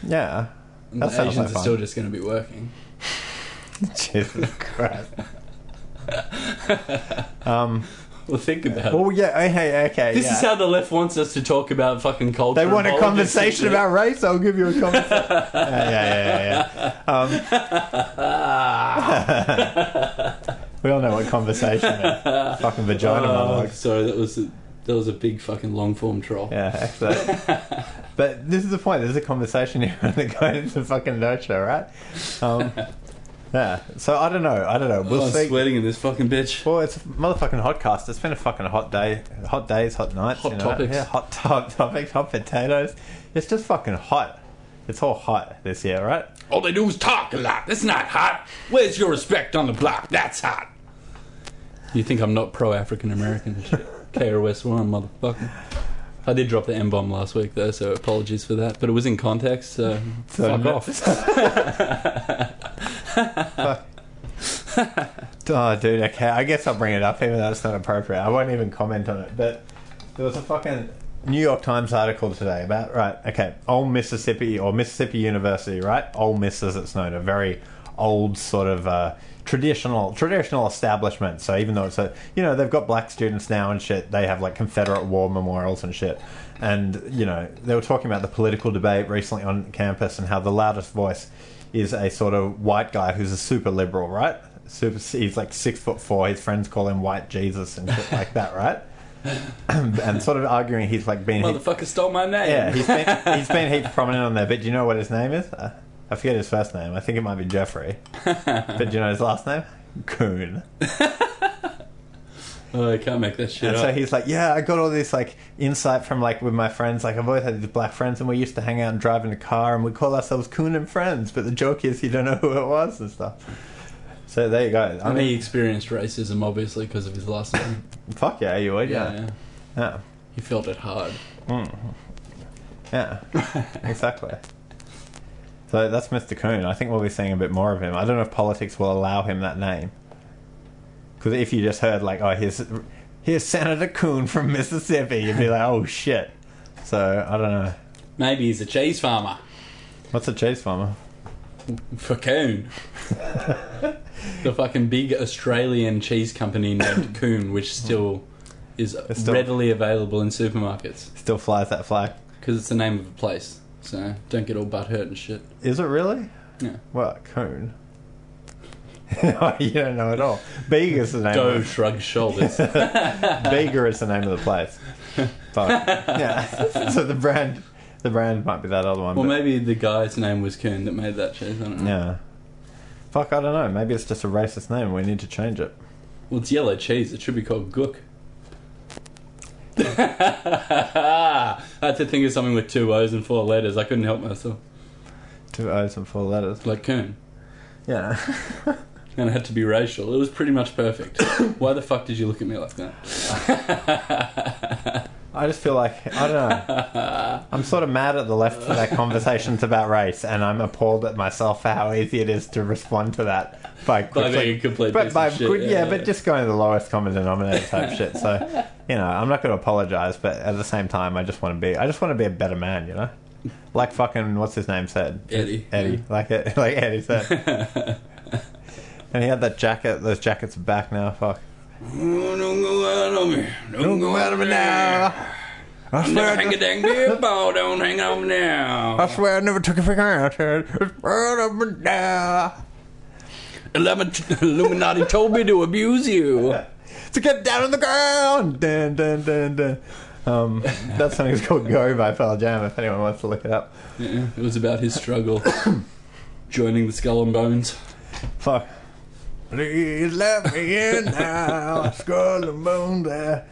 B: Yeah.
D: And
B: That
D: the
B: sounds like
D: Asians are
B: fun.
D: still just going to be working.
B: Jesus Christ.
D: Well, think about it.
B: Well, yeah. Okay. Okay.
D: This
B: yeah.
D: is how the left wants us to talk about fucking culture.
B: they want a
D: and politics and
B: conversation
D: shit.
B: about race. I'll give you a conversation. yeah, yeah, yeah, yeah. Um, we all know what conversation is. Fucking vagina
D: Oh,
B: monologue.
D: sorry, that was a, that was a big fucking long form troll.
B: Yeah, actually. but this is the point. There's a conversation here and they're going into fucking nurture, right? Um, yeah. So I don't know. I don't know. We'll
D: Oh, I'm
B: see.
D: sweating in this fucking bitch.
B: Well, it's a motherfucking hotcast. It's been a fucking hot day, hot days, hot nights,
D: Hot topics.
B: yeah, hot top topics, hot potatoes. It's just fucking hot. It's all hot this year, right?
D: All they do is talk a lot. That's not hot. Where's your respect on the block? That's hot. You think I'm not pro African American? KRS One, motherfucker. I did drop the M bomb last week though, so apologies for that. But it was in context, so,
B: So
D: fuck
B: no-
D: off.
B: Oh, dude. Okay, I guess I'll bring it up, even though it's not appropriate. I won't even comment on it. But there was a fucking New York Times article today about right. Okay, Old Mississippi or Mississippi University, right? Old Miss, as it's known, a very old sort of uh, traditional traditional establishment. So even though it's a you know they've got black students now and shit, they have like Confederate war memorials and shit. And you know they were talking about the political debate recently on campus and how the loudest voice is a sort of white guy who's a super liberal, right? Super, he's like six foot four. His friends call him White Jesus and shit like that, right? and sort of arguing he's like been heap-
D: Motherfucker stole my name.
B: yeah he's been he's been heaps prominent on there. But do you know what his name is? Uh, I forget his first name. I think it might be Jeffrey. but do you know his last name? Coon.
D: Oh, I can't make that shit
B: And
D: up.
B: so he's like, yeah, I got all this like insight from like with my friends. Like I've always had these black friends, and we used to hang out and drive in a car, and we call ourselves Coon and Friends. But the joke is, you don't know who it was and stuff. So there you go. I
D: and
B: mean,
D: he experienced racism, obviously, because of his last name.
B: fuck yeah, you would.
D: yeah,
B: Yeah,
D: yeah.
B: yeah,
D: He felt it hard.
B: yeah, exactly. So that's Mr. Coon. I think we'll be seeing a bit more of him. I don't know if politics will allow him that name. Because if you just heard like, oh, here's here's Senator Coon from Mississippi, you'd be like, oh shit. So I don't know.
D: Maybe he's a cheese farmer.
B: What's a cheese farmer?
D: Coon. the fucking big Australian cheese company named Coon, which still is
B: still-
D: readily available in supermarkets
B: Still flies that flag.
D: because it's the name of a place. So don't get all butthurt and shit.
B: Is it really?
D: Yeah.
B: What coon? No, you don't know at all. Bega is the name.
D: Go
B: Of,
D: shrug shoulders.
B: Bega is the name of the place. Fuck. Yeah. so the brand, the brand might be that other one.
D: well,
B: but-
D: maybe the guy's name was Coon that made that cheese. I don't know.
B: yeah. Fuck, I don't know. Maybe it's just a racist name. We need to change it.
D: Well, it's yellow cheese. It should be called Gook. I had to think of something with two O's and four letters. I couldn't help myself.
B: Two O's and four letters.
D: Like Coon.
B: Yeah.
D: and it had to be racial. It was pretty much perfect. Why the fuck did you look at me like that?
B: I just feel like I don't know. I'm sort of mad at the left for their conversations about race, and I'm appalled at myself for how easy it is to respond to that by quickly.
D: being a complete
B: but
D: piece
B: by
D: of shit,
B: good-
D: yeah,
B: yeah,
D: yeah.
B: but just going to the lowest common denominator type shit. So you know, I'm not going to apologize, but at the same time, I just want to be. I just want to be a better man. You know, like fucking what's his name said,
D: Eddie.
B: Eddie. Like it, like Eddie said, and he had that jacket. Those jackets are back now. Fuck.
D: Oh, don't go out on me. Don't go out on me now.
B: I
D: Don't
B: swear, I,
D: hang a
B: just,
D: dang beer ball. Don't hang on me now.
B: I swear I never took a finger out. It's burn up and down.
D: Illumin- Illuminati told me to abuse you.
B: to get down on the ground. Dun, dun, dun, dun. Um, that song is called "Go" by Pearl Jam. If anyone wants to look it up,
D: Yeah, it was about his struggle joining the skull and bones.
B: fuck. Please let me in now, skull and bone there.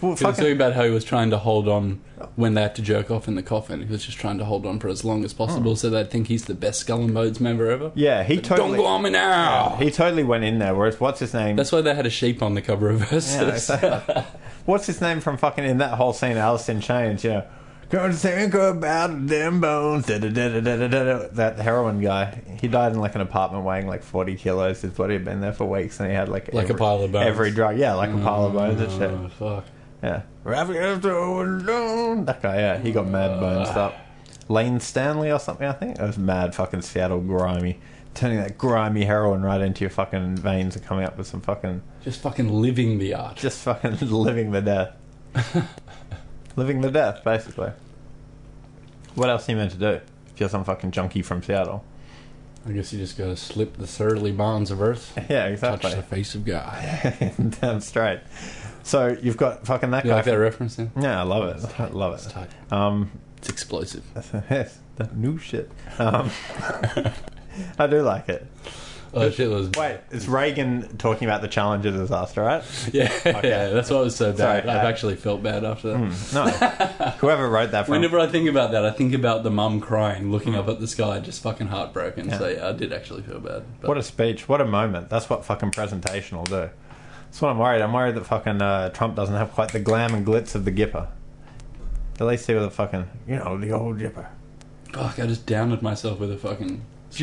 B: Well,
D: He was talking
B: fucking,
D: about how he was trying to hold on when they had to jerk off in the coffin. He was just trying to hold on for as long as possible so they'd think he's the best skull and bones member ever.
B: yeah, he
D: Don't go
B: totally,
D: on me now.
B: he totally went in there. Whereas, what's his name?
D: That's why they had a sheep on the cover of Versus.
B: Yeah, exactly. what's his name from fucking in that whole scene? Alice in Chains, you know. Going to think about them bones. Da, da, da, da, da, da, da. That heroin guy, he died in like an apartment weighing like 40 kilos. His body had been there for weeks and he had like,
D: Like a pile of bones.
B: Every drug, yeah, like a pile of bones and
D: Oh,
B: shit.
D: fuck.
B: Yeah. That guy, yeah, he got mad bones up. Lane Stanley or something, I think. It was mad fucking Seattle grimy. Turning that grimy heroin right into your fucking veins and coming up with some fucking
D: Just fucking living the art.
B: just fucking living the death. living the death, basically. What else are you meant to do if you're some fucking junkie from Seattle?
D: I guess you just gotta slip the surly bonds of earth,
B: Yeah,
D: touch
B: exactly.
D: the face of God.
B: Damn straight. So you've got fucking that
D: You
B: guy.
D: like that reference then?
B: yeah, I love it. I love
D: It's tight.
B: it. Um,
D: It's explosive.
B: yes, that new shit. Um, I do like it.
D: Oh shit, that was
B: Wait, it's Reagan talking about the Challenger disaster, right?
D: yeah, yeah. That's why it was so
B: Sorry, Hmm.
D: bad. I've
B: uh,
D: actually felt bad after that.
B: No, whoever wrote that from.
D: Whenever I think about that, I think about the mum crying, looking
B: Hmm.
D: up at the sky, just fucking heartbroken. So yeah, I did actually feel bad. But
B: What a speech. What a moment. That's what fucking presentation will do. That's what I'm worried. I'm worried that fucking uh, Trump doesn't have quite the glam and glitz of the Gipper. At least he was a fucking, you know, the old Gipper.
D: fuck, I just downed myself with a fucking
B: you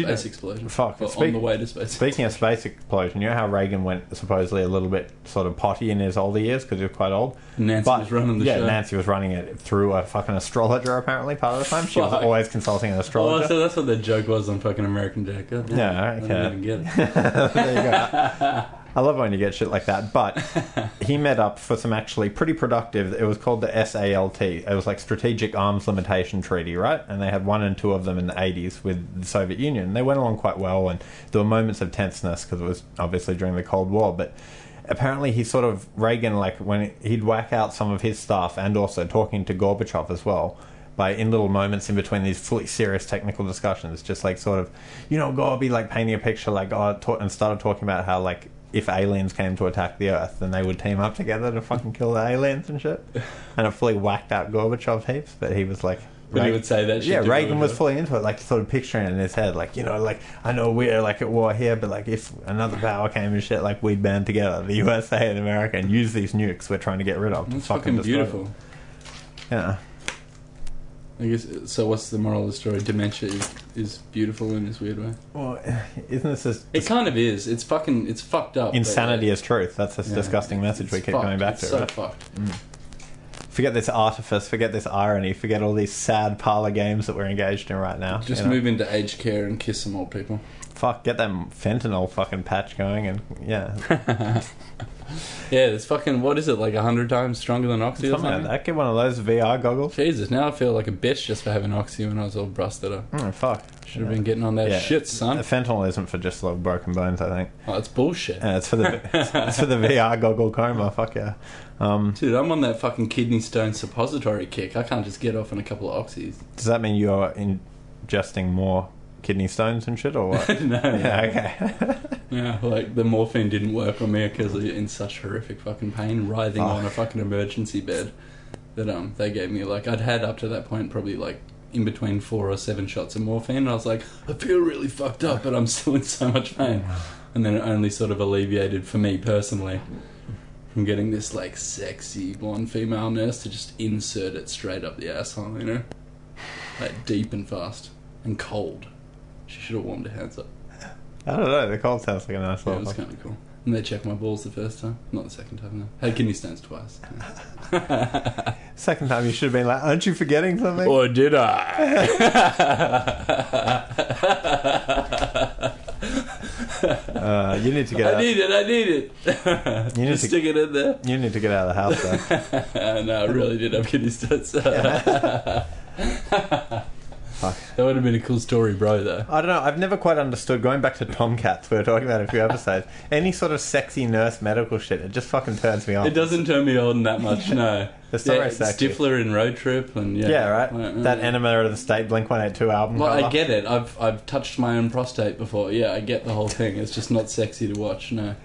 B: know-
D: space explosion.
B: Fuck,
D: Well,
B: speak-
D: on the way to space.
B: Speaking of space explosion, you know how Reagan went supposedly a little bit sort of potty in his older years because he was quite old.
D: Nancy was running the
B: yeah,
D: show.
B: Nancy was running it through a fucking astrologer apparently part of the time. She was
D: Fuck.
B: always consulting an astrologer.
D: Oh, so that's what the joke was on fucking American Jack. God damn it.
B: Yeah, okay.
D: I didn't even get it.
B: there you go. I love when you get shit like that. But he met up for some actually pretty productive. It was called the SALT. It was like Strategic Arms Limitation Treaty, right? And they had one and two of them in the 80s with the Soviet Union. They went along quite well, and there were moments of tenseness because it was obviously during the Cold War. But apparently he sort of Reagan like when he'd whack out some of his stuff and also talking to Gorbachev as well. By in little moments in between these fully serious technical discussions, just like sort of, you know, Gorby like painting a picture like oh, ta- and started talking about how like if aliens came to attack the Earth, then they would team up together to fucking kill the aliens and shit. And it fully whacked out Gorbachev heaps, but he was like,
D: But he
B: Reagan-
D: would say that shit.
B: yeah,
D: to
B: Reagan was
D: Gorbachev.
B: fully into it, like sort of picturing it in his head, like you know, like I know we're like at war here, but like if another power came and shit, like we'd band together, the USA and America, and use these nukes we're trying to get rid of. to
D: That's fucking
B: destroy them.
D: beautiful.
B: Yeah,
D: I guess. So, what's the moral of the story? Dementia is, is beautiful in this weird way.
B: well, isn't this just
D: It kind of is. It's fucking. It's fucked up. but,
B: insanity
D: like,
B: is truth? That's this
D: yeah,
B: disgusting
D: it's-
B: message we
D: it's
B: keep
D: fucked.
B: coming back
D: It's
B: to.
D: So
B: right?
D: fucked.
B: Forget this artifice, forget this irony, forget all these sad parlor games that we're engaged in right now.
D: Just
B: you know?
D: move into aged care and kiss some old people.
B: Fuck, get that fentanyl fucking patch going, and yeah,
D: Yeah, it's fucking. What is it like? hundred times stronger than oxy or
B: something
D: something.
B: like that. Get one of those VR goggles.
D: Jesus, now I feel like a bitch just for having oxy when I was all busted up.
B: Mm, fuck.
D: Should have been getting on that
B: Yeah.
D: shit,
B: Uh,
D: son.
B: Fentanyl isn't for just like broken bones, I think.
D: Oh, it's bullshit.
B: Uh, it's for the it's for the VR goggle coma. Fuck yeah. Um,
D: Dude, I'm on that fucking kidney stone suppository kick. I can't just get off on a couple of oxys.
B: does that mean you're ingesting more kidney stones and shit, or what?
D: no,
B: yeah, okay.
D: Yeah, like the morphine didn't work on me because I'm in such horrific fucking pain, writhing on a fucking emergency bed. That um, they gave me like I'd had up to that point probably like in between four or seven shots of morphine. And I was like, I feel really fucked up, but I'm still in so much pain. And then it only sort of alleviated for me personally from getting this like sexy blonde female nurse to just insert it straight up the asshole, you know, like deep and fast and cold. She should have warmed her hands up.
B: I don't know. The cold sounds like a nice
D: Yeah, it
B: little.
D: was kind of cool. And they checked my balls the first time, not the second time. No, had kidney stones twice.
B: Second time you should have been like, aren't you forgetting something?
D: Or did I?
B: Uh, you need to get
D: I
B: out.
D: need it. I need it.
B: You need
D: Just
B: to-
D: stick it in there. Uh,
B: You need to get out of the house. Though.
D: no, I really did have kidney stones.
B: Fuck.
D: That would have been a cool story, bro. Though.
B: I don't know. I've never quite understood. Going back to Tomcats, we were talking about a few episodes. Any sort of sexy nurse medical shit, it just fucking turns me on.
D: It doesn't turn me on that much, no.
B: Oh. The story
D: yeah,
B: sucks.
D: Stifler in Road Trip and yeah,
B: Yeah, right.
D: Uh,
B: that
D: uh,
B: Enema of the State Blink One Eight Two album.
D: Well, I
B: cover.
D: get it. I've I've touched my own prostate before. Yeah, I get the whole thing. It's just not sexy to watch. No.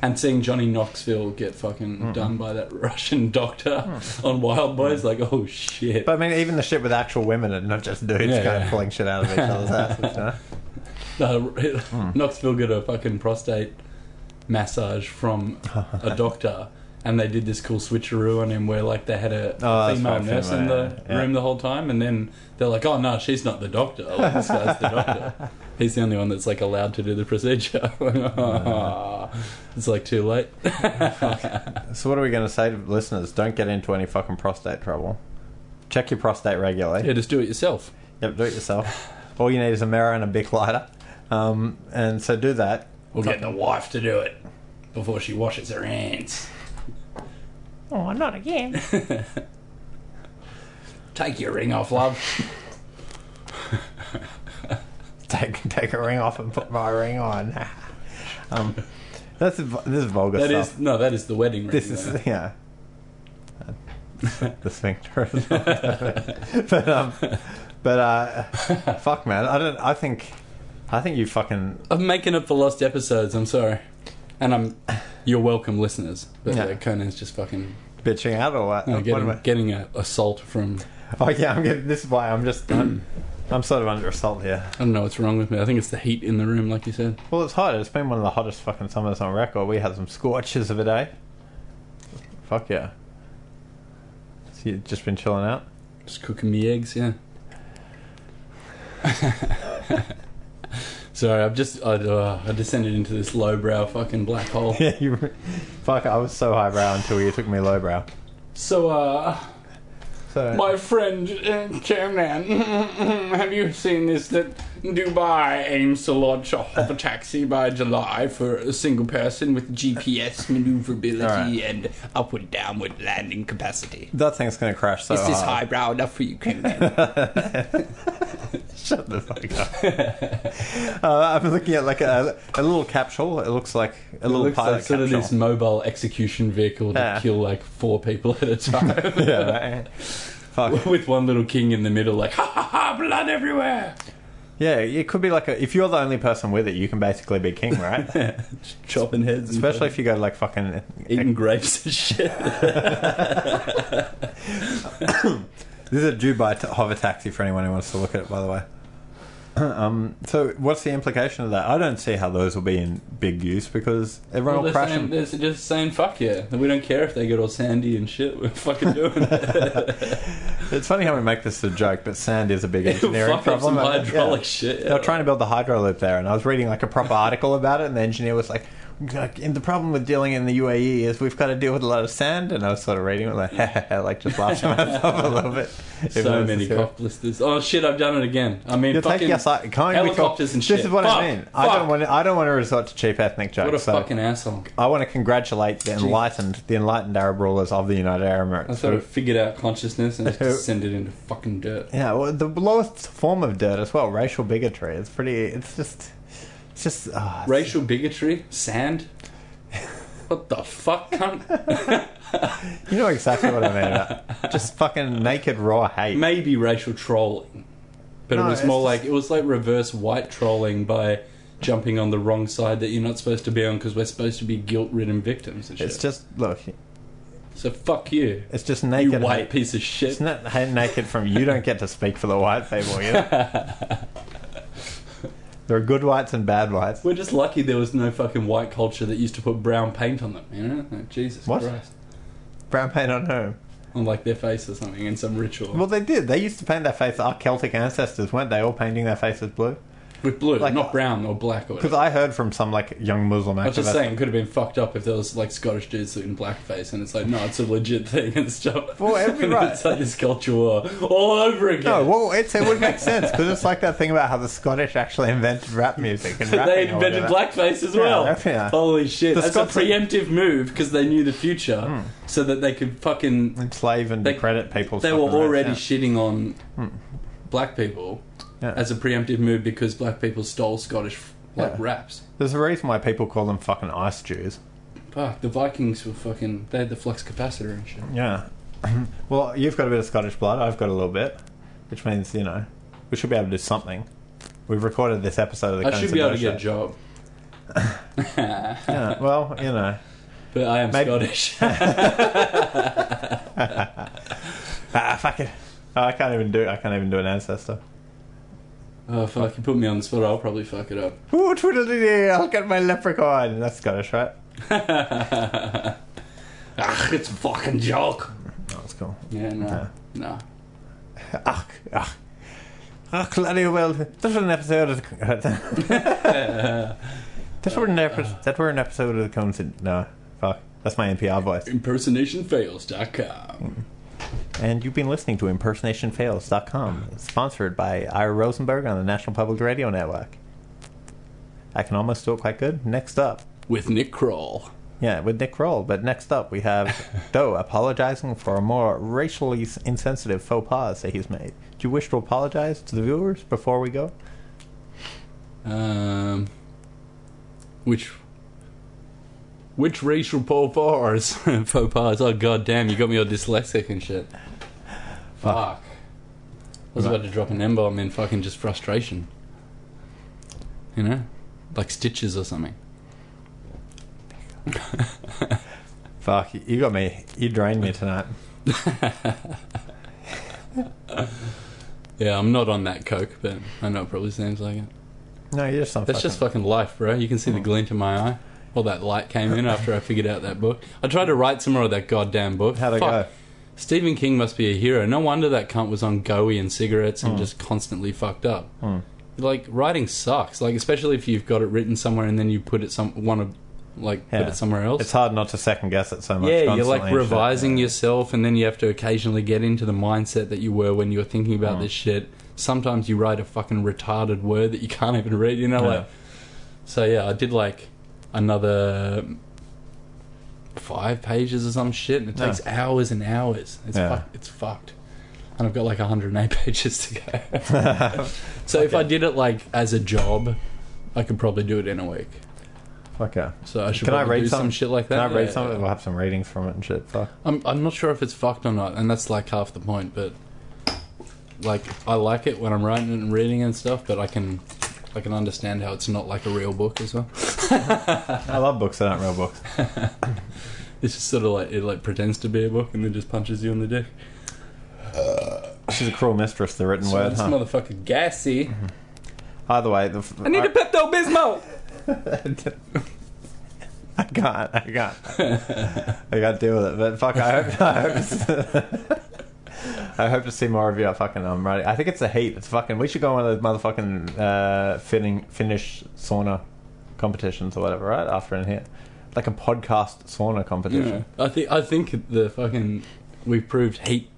D: And seeing Johnny Knoxville get fucking done by that Russian doctor on Wild Boys, like, oh shit.
B: But I mean, even the shit with actual women and not just dudes
D: Yeah,
B: kind of
D: yeah.
B: pulling shit out of each other's asses. You know?
D: No, Uh, Knoxville got a fucking prostate massage from a doctor, and they did this cool switcheroo on him where like they had a
B: Oh, that's
D: female
B: right,
D: nurse
B: female,
D: in the
B: yeah, yeah.
D: room the whole time, and then they're like, "Oh no, she's not the doctor. Like, this guy's the doctor. He's the only one that's like allowed to do the procedure." it's like too late.
B: So, what are we going to say to listeners? Don't get into any fucking prostate trouble. Check your prostate regularly.
D: Yeah, just do it yourself.
B: Yep, do it yourself. All you need is a mirror and a big lighter. Um, and so do that.
D: Or get the wife to do it before she washes her hands.
E: Oh, not again.
D: Take your ring off, love.
B: Take take a ring off and put my ring on. um, that's this is vulgar
D: That
B: stuff.
D: is no, that is the wedding ring.
B: This is
D: though.
B: yeah. the sphincter, is not but um, but uh, fuck, man, I don't. I think, I think you fucking
D: I'm making up for lost episodes. I'm sorry, and I'm. You're welcome, listeners. But
B: Yeah.
D: yeah. Conan's just fucking
B: bitching out or what?
D: no,
B: What am
D: Uh, getting
B: I-
D: getting a assault from.
B: oh yeah, I'm getting. This is why I'm just. I'm, I'm sort of under assault here.
D: I don't know what's wrong with me. I think it's the heat in the room, like you said.
B: Well, it's hot. It's been one of the hottest fucking summers on record. We had some scorches of a day. Fuck yeah. So you've just been chilling out.
D: Just cooking me eggs, yeah. sorry, I've just I, uh, I descended into this lowbrow fucking black hole.
B: Yeah, you. Fuck, I was so highbrow until you took me lowbrow.
D: So, uh,
B: So
C: My friend, uh, Chairman, have you seen this? That Dubai aims to launch a hover taxi by July for a single person with GPS maneuverability
B: Alright.
C: and upward downward landing capacity.
B: that thing's gonna crash so
C: Is this
B: hard.
C: highbrow enough for you, Chairman?
B: Shut the fuck up. uh, I'm looking at like a, a little capsule. It looks like a a little
D: looks
B: pilot
D: like sort of
B: capsule.
D: this mobile execution vehicle to
B: Yeah.
D: kill like four people at a time,
B: yeah, right. Fuck.
D: with one little king in the middle, like ha ha ha, blood everywhere.
B: Yeah, it could be like a, if you're the only person with it, you can basically be king, right?
D: chopping heads, and
B: Especially if you go to like fucking
D: eating grapes and shit.
B: This is a Dubai t- hover taxi for anyone who wants to look at it, by the way. um, so, what's the implication of that? I don't see how those will be in big use because everyone will
D: they're
B: crash
D: saying-
B: them.
D: they're just saying fuck yeah. We don't care if they get all sandy and shit. We're fucking doing it.
B: It's funny how we make this a joke, but sand is a big engineering
D: fuck up
B: problem.
D: some
B: Yeah.
D: hydraulic shit.
B: They were trying to build the hydro loop there, and I was reading like a proper article about it, and the engineer was like, like, "And the problem with dealing in the UAE is we've got to deal with a lot of sand." And I was sort of reading it like, like just laughed at myself a little bit. Even though
D: so
B: it's
D: many
B: a serious-
D: cop blisters. Oh shit, I've done it again. I mean,
B: You're
D: fucking,
B: taking us like can't we talk-
D: helicopters and
B: This
D: shit.
B: is what
D: Fuck,
B: I mean. I don't
D: fuck.
B: want. To, I don't want to resort to cheap ethnic jokes.
D: what a
B: so
D: fucking asshole.
B: I want to congratulate the enlightened, the enlightened Arab rulers of the United Arab
D: I
B: Emirates.
D: sort of figured out consciousness and
B: Who-
D: just send it into fucking dirt.
B: yeah, well, the lowest form of dirt as well, racial bigotry. It's pretty. It's just. It's just. ah, it's-
D: Racial bigotry, sand. What the fuck? cunt?
B: you know exactly what I mean. About. Just fucking naked raw hate.
D: Maybe racial trolling, but
B: No,
D: it was
B: it's
D: more
B: just-
D: like it was like reverse white trolling by jumping on the wrong side that you're not supposed to be on because we're supposed to be guilt-ridden victims and shit.
B: It's just look.
D: so fuck you,
B: It's just
D: you
B: naked.
D: white
B: hate.
D: piece of shit.
B: It's not hate naked from you. Don't get to speak for the white people. You know? there are good whites and bad whites.
D: We're just lucky there was no fucking white culture that used to put brown paint on them, you know? Like, Jesus
B: What?
D: Christ.
B: Brown paint on whom?
D: On like their face or something in some ritual.
B: Well, they did. They used to paint their face. Our Celtic ancestors weren't they all painting their faces blue?
D: With blue,
B: like- uh,
D: not brown or black or
B: Because
D: whatever.
B: I heard from some like young Muslim
D: I was just
B: activist.
D: saying, it could have been fucked up if there was like Scottish dudes in blackface, and it's like, no, it's a legit thing and stuff.
B: Well, it'd be
D: And
B: right.
D: It's like this culture war all over again.
B: No, well, it's, it would make sense because it's like that thing about how the Scottish actually invented rap music and rapping
D: they
B: or
D: invented
B: whatever.
D: blackface as well.
B: Yeah, yeah.
D: Holy shit!
B: The
D: That's
B: Scots- Hmm.
D: a preemptive move because they knew the future, so that they could fucking
B: enslave and
D: They-
B: credit people.
D: they were already shitting on black people
B: Hmm. Yeah.
D: as a preemptive move because black people stole Scottish like
B: Yeah.
D: raps.
B: There's a reason why people call them fucking ice Jews.
D: Fuck, the Vikings were fucking. They had the flux capacitor and shit.
B: Yeah. well, you've got a bit of Scottish blood. I've got a little bit, which means you know we should be able to do something. We've recorded this episode of the.
D: I
B: Guns
D: should
B: and
D: be able to
B: Bullshit.
D: get a job,
B: Yeah, well, you know.
D: but I am
B: Maybe-
D: Scottish.
B: Ah, fuck it. Oh, I can't even do. I can't even do an ancestor.
D: oh fuck, you put me on the spot. I'll probably fuck it up.
B: Ooh, twiddle-dee-dee, I'll get my leprechaun. That's Scottish, right?
D: Ach, Ah, it's a fucking joke.
B: Oh, that's cool.
D: Yeah, no, no.
B: Ach, ach. Ach, bloody well. That was an episode of the... that, were an epi- that were an episode of the Cones in... No, fuck. That's my NPR voice.
D: Impersonationfails.com.
B: And you've been listening to impersonationfails.com, sponsored by Ira Rosenberg on the National Public Radio Network. I can almost do it quite good. Next up,
D: with Nick Kroll.
B: Yeah, with Nick Roll. But next up, we have Doe apologizing for a more racially s- insensitive faux pas that he's made. Do you wish to apologize to the viewers before we go?
D: Um, which which racial faux pas? faux pas? Oh god damn! You got me all dyslexic and shit. Fuck. I was about to drop an M bomb in fucking just frustration. You know, like stitches or something.
B: Fuck, y- you got me. You drained me tonight.
D: Yeah, I'm not on that coke, but I know it probably sounds like it.
B: No, you're just some
D: That's just fucking life, bro. You can
B: Oh.
D: see the glint in my eye. All that light came in after I figured out that book. I tried to write some more of that goddamn book.
B: How'd it
D: Fuck.
B: go?
D: Stephen King must be a hero. No wonder that cunt was on goey and cigarettes
B: Hmm.
D: and just constantly fucked up. Like writing sucks. Like especially if you've got it written somewhere and then you put it some want to like
B: Yeah.
D: put it somewhere else.
B: It's hard not to second guess it so much.
D: yeah, you're
B: constantly
D: like
B: and shit.
D: revising yourself, and then you have to occasionally get into the mindset that you were when you were thinking
B: Mm.
D: about this shit. Sometimes you write a fucking retarded word that you can't even read. You know,
B: Yeah.
D: like so. Yeah, I did like another five pages or some shit, and it
B: Yeah.
D: takes hours and hours. It's
B: Yeah.
D: fuck, it's fucked, and I've got like 108 pages to go. so if I did it like as a job, I could probably do it in a week.
B: Fuck yeah.
D: So I should
B: Can I
D: probably
B: read
D: do some
B: some-
D: shit like
B: Can
D: that.
B: I read
D: Yeah.
B: some of it? We'll have some readings from it and shit. Fuck.
D: I'm I'm not sure if it's fucked or not, and that's like half the point. But like, I like it when I'm writing it and reading it and stuff. But I can I can understand how it's not like a real book as well.
B: I love books that aren't real books.
D: It's just sort of like it like pretends to be a book and then just punches you in the dick.
B: She's a cruel mistress, the written
D: So
B: word,
D: this
B: huh?
D: motherfucker gassy.
B: Either way, the, f-
D: I need a Pepto Bismol.
B: I can't. I can't. I can't deal with it. But fuck, I hope. I hope, I hope to see more of you. I fucking. I'm ready. I think it's the heat. It's fucking. We should go on one of those motherfucking uh, fitting Finnish sauna competitions or whatever, right? After in here, like a podcast sauna competition.
D: I think I think the fucking we proved heat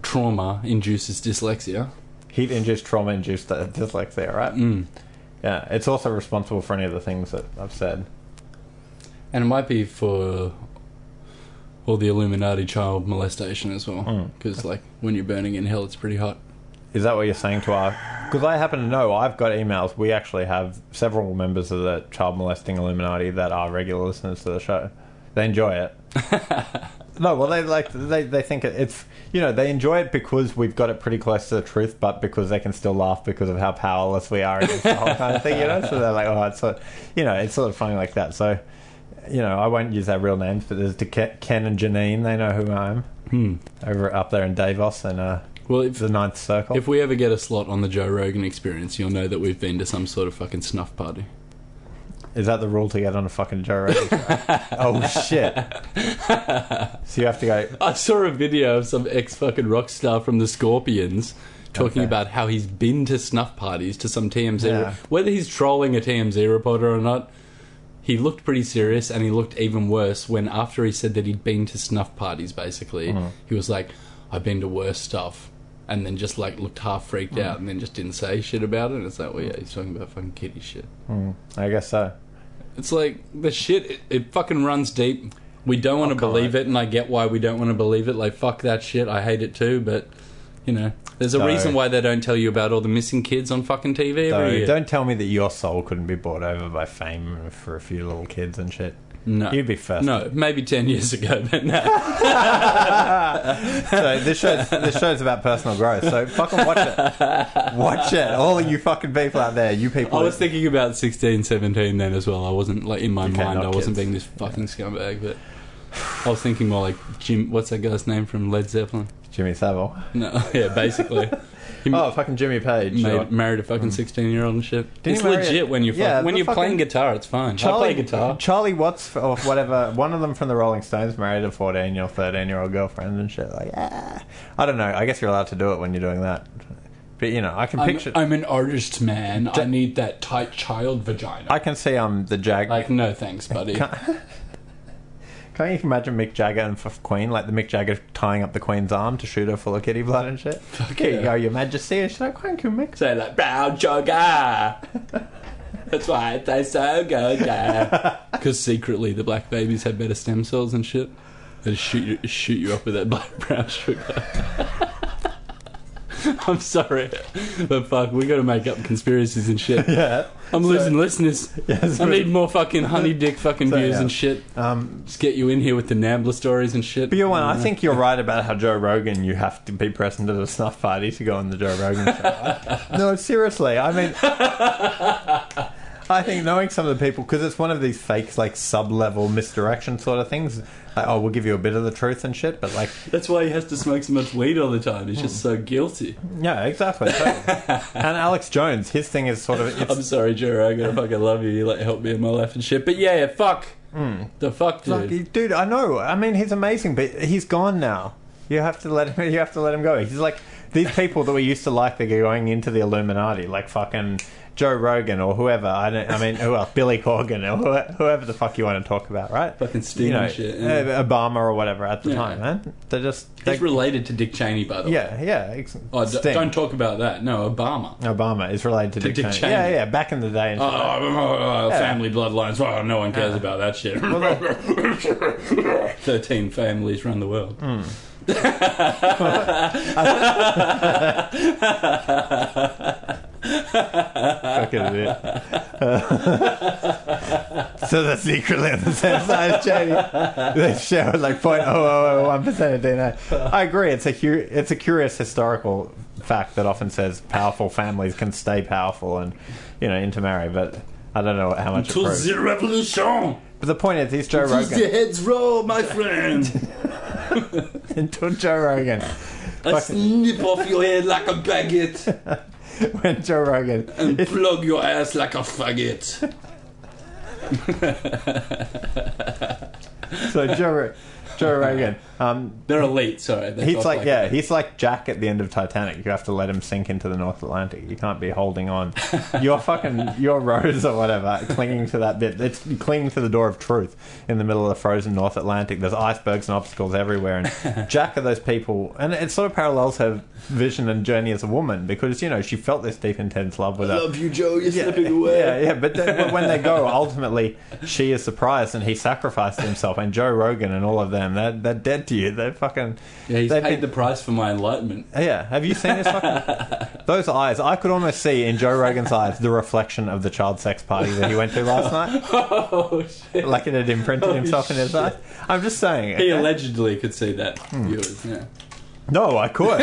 D: trauma induces dyslexia.
B: Heat induced trauma induced dyslexia, right?
D: Mm.
B: Yeah. It's also responsible for any of the things that I've said.
D: And it might be for all the Illuminati child molestation as well.
B: Hmm.
D: Because, like, when you're burning in hell, it's pretty hot.
B: Is that what you're saying to our? Because I happen to know I've got emails. We actually have several members of the child molesting Illuminati that are regular listeners to the show. They enjoy it. no, well, they like they they think it, it's you know they enjoy it because we've got it pretty close to the truth, but because they can still laugh because of how powerless we are against the whole kind of thing. You know, so they're like, oh, it's sort of, you know, it's sort of funny like that. So. You know, I won't use their real names, but there's Ke- Ken and Janine. They know who I am. Over up there in Davos and uh,
D: Well, if,
B: the Ninth Circle.
D: if we ever get a slot on the Joe Rogan experience, you'll know that we've been to some sort of fucking snuff party.
B: Is that the rule to get on a fucking Joe Rogan? show? oh shit! So you have to go.
D: I saw a video of some ex fucking rock star from the Scorpions talking
B: Okay.
D: about how he's been to snuff parties to some TMZ.
B: Yeah.
D: Whether he's trolling a TMZ reporter or not, he looked pretty serious and he looked even worse when after he said that he'd been to snuff parties, basically,
B: Mm-hmm.
D: he was like, I've been to worse stuff. And then just like looked half freaked
B: Mm-hmm.
D: out and then just didn't say shit about it. And it's like, well, yeah, he's talking about fucking kitty shit.
B: I guess so.
D: It's like the shit. It, it fucking runs deep. We don't want to
B: Oh, God.
D: believe it, and I get why we don't want to believe it. Like fuck that shit. I hate it too. But you know, there's a
B: No.
D: reason why they don't tell you about all the missing kids on fucking TV every
B: So
D: year.
B: don't tell me that your soul couldn't be bought over by fame for a few little kids and shit.
D: no,
B: You'd be first.
D: no, maybe ten years ago, but no.
B: So this show's this show's about personal growth. So fucking watch it. Watch it. All you fucking people out there, you people.
D: I was thinking about 16, 17 then as well. I wasn't like in my
B: Okay,
D: mind.
B: not
D: I
B: kids.
D: wasn't being this fucking scumbag, but. I was thinking more like Jim. What's that guy's name from Led Zeppelin?
B: Jimmy Savile.
D: No, yeah, basically. He-
B: Oh, fucking Jimmy Page.
D: Made, married a fucking sixteen-year-old and shit.
B: Mm. Didn't
D: it's
B: he marry
D: legit
B: a-
D: when you're
B: Yeah,
D: fuck, when
B: the
D: you're playing
B: fucking-
D: guitar. It's fine. I play guitar.
B: Charlie Watts or whatever. One of them from the Rolling Stones married a fourteen or thirteen year old girlfriend and shit. Like, ah, I don't know. I guess you're allowed to do it when you're doing that. But you know, I can
D: I'm,
B: picture. i
D: I'm an artist, man. I need that tight child vagina.
B: can see um the Jag.
D: like, no thanks, buddy.
B: Can't you imagine Mick Jagger and F- Queen, like the Mick Jagger tying up the Queen's arm to shoot her full of kitty blood and shit? Here you
D: yeah.
B: go, Your Majesty. And she's like, thank you, Mick.
D: Say like brown sugar. That's why it tastes so good. Because secretly, the black babies have better stem cells and shit. They just shoot you, shoot you up with that black brown sugar. I'm sorry, but fuck, we got to make up conspiracies and shit.
B: Yeah.
D: I'm losing listeners. I
B: so-
D: need more fucking honey dick fucking
B: So,
D: views
B: yeah.
D: and shit.
B: Um,
D: Just get you in here with the Nambler stories and shit. Uh,
B: but you one, I think you're right about how Joe Rogan, you have to be present at a snuff party to go on the Joe Rogan show. no, seriously. I mean, I think knowing some of the people because it's one of these fake like sub-level misdirection sort of things. Like, oh, we'll give you a bit of the truth and shit, but like,
D: That's why he has to smoke so much weed all the time. He's just
B: Hmm.
D: so guilty.
B: yeah, exactly. totally. and Alex Jones, his thing is sort of
D: I'm
B: it's,
D: sorry, Joe Rogan. I fucking love you. You like helped me in my life and shit. But yeah, fuck.
B: Hmm.
D: The fuck, dude.
B: like, dude. I know. I mean, he's amazing, but he's gone now. You have to let him. You have to let him go. He's like these people that we used to like. They're going into the Illuminati, like fucking Joe Rogan or whoever. I don't. I mean, who else? Billy Corgan or whoe- whoever the fuck you want to talk about, right?
D: Fucking Sting
B: you know,
D: and shit. Yeah.
B: uh, Obama or whatever at the
D: Yeah.
B: time, man. They're just they
D: He's related to Dick Cheney, by the way.
B: Yeah, yeah. Ex-
D: Oh, d-
B: Sting.
D: don't talk about that. No, Obama.
B: Obama is related to, Dick,
D: Dick
B: Cheney.
D: Cheney.
B: Yeah, yeah. Back in the day, and
D: Oh,
B: shit.
D: oh, oh, family bloodlines. Oh, no one cares about that shit. Thirteen families run the world.
B: Hmm. Fucking idiot. Uh, so that's secretly on the same side as Janie. They show like 0.0001% of DNA. I agree. It's a, hu- it's a curious historical fact that often says powerful families can stay powerful and, you know, intermarry, but I don't know how much it
D: To
B: proves.
D: the revolution!
B: But the point is, he's Joe
D: To the
B: Rogan.
D: heads roll, my friend!
B: Until Joe Rogan.
D: I snip off your head like a baguette
B: When Joe Rogan.
D: and plug your ass like a faggot.
B: So Joe, Ro- Joe Rogan. Um,
D: They're elite, sorry. that's
B: He's
D: off
B: like,
D: my-
B: yeah, he's like Jack at the end of Titanic. You have to let him sink into the North Atlantic. You can't be holding on. Your fucking your rose or whatever, clinging to that bit. It's clinging to the door of truth in the middle of the frozen North Atlantic. There's icebergs and obstacles everywhere, and Jack are those people. And it sort of parallels her vision and journey as a woman because you know she felt this deep, intense love with
D: I
B: her.
D: love you, Joe. You're
B: Yeah,
D: slipping away.
B: Yeah, yeah. But, then, but when they go, ultimately, she is surprised and he sacrificed himself. And Joe Rogan and all of them, they're, they're dead to you. They're fucking.
D: Yeah, he's
B: they've
D: paid
B: been-
D: the price for my enlightenment.
B: yeah. Have you seen this fucking. Those eyes. I could almost see in Joe Rogan's eyes the reflection of the child sex party that he went to last night.
D: Oh, shit.
B: Like it had imprinted
D: Holy
B: himself in his
D: shit.
B: eyes. I'm just saying. okay?
D: He allegedly could see that.
B: Hmm.
D: Viewers, yeah.
B: No, I could.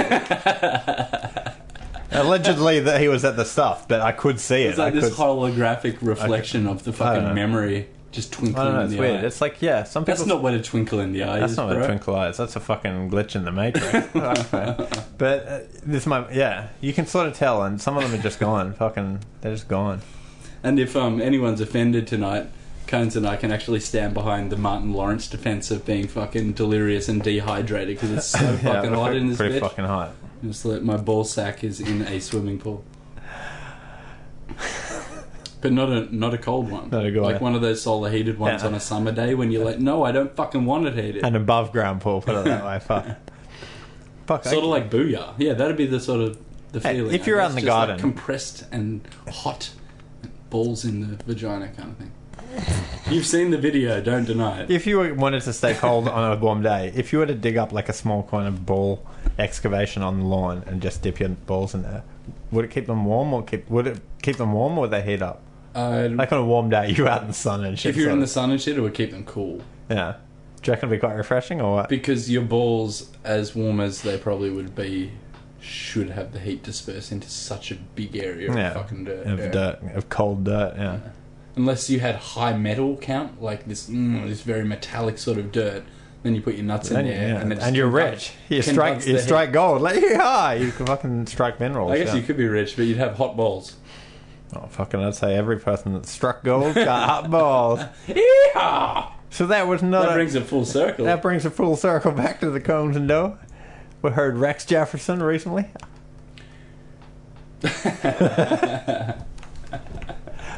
B: Allegedly, that he was at the stuff, but I could see it.
D: It's like
B: I
D: this
B: could,
D: holographic reflection of the
B: I don't know.
D: fucking memory just
B: I
D: twinkling
B: don't know.
D: in
B: It's
D: the
B: weird.
D: eye.
B: It's like yeah, some people
D: That's not what a twinkle in the eye
B: That's
D: is.
B: not
D: bro.
B: a twinkle eyes. That's a fucking glitch in the matrix. but uh, this might, yeah, you can sort of tell, and some of them are just gone. Fucking, they're just gone.
D: And if um, anyone's offended tonight, Cones and I can actually stand behind the Martin Lawrence defense of being fucking delirious and dehydrated because it's so
B: Yeah,
D: fucking
B: they're
D: hot in this
B: pretty
D: bitch.
B: fucking hot.
D: Just like my ball sack is in a swimming pool. But not a not a cold one.
B: Not a good
D: like
B: one.
D: one of those solar heated ones
B: Yeah.
D: on a summer day when you're like, no, I don't fucking want it heated.
B: An above ground pool, put it that way. Fuck, fuck.
D: sort of like booyah. Yeah, that'd be the sort of the
B: Hey,
D: feeling.
B: if you're
D: I
B: out
D: guess,
B: in the
D: just, like,
B: garden.
D: compressed and hot, balls in the vagina kind of thing. You've seen the video, don't deny it.
B: if you were- wanted to stay cold on a warm day, if you were to dig up like a small kind of ball excavation on the lawn and just dip your balls in there, would it keep them warm or keep would it keep them warm or would they heat up?
D: Uh,
B: Like on a warm day, you're out in the sun and shit.
D: if you're in the
B: sort
D: sun and shit, it would keep them cool
B: of- yeah, do you reckon it'd be quite refreshing or what?
D: because your balls, as warm as they probably would be, should have the heat dispersed into such a big area of
B: Yeah,
D: fucking dirt.
B: of
D: yeah.
B: dirt, of cold dirt. Yeah,
D: Unless you had high metal count, like this, mm, this very metallic sort of dirt. Then you put your nuts in
B: and,
D: there,
B: yeah.
D: and,
B: and,
D: it just
B: you're
D: conducts-
B: rich. You
D: conducts
B: strike,
D: the
B: you
D: heat.
B: strike gold. Like, yeah, you can fucking strike minerals.
D: I guess
B: yeah.
D: you could be rich, but you'd have hot balls.
B: Oh, fucking! I'd say every person that struck gold got hot balls.
D: Yeehaw!
B: So that was not.
D: That
B: a-
D: brings it full circle.
B: that brings a full circle back to the Combs and Doe. We heard Rex Jefferson recently.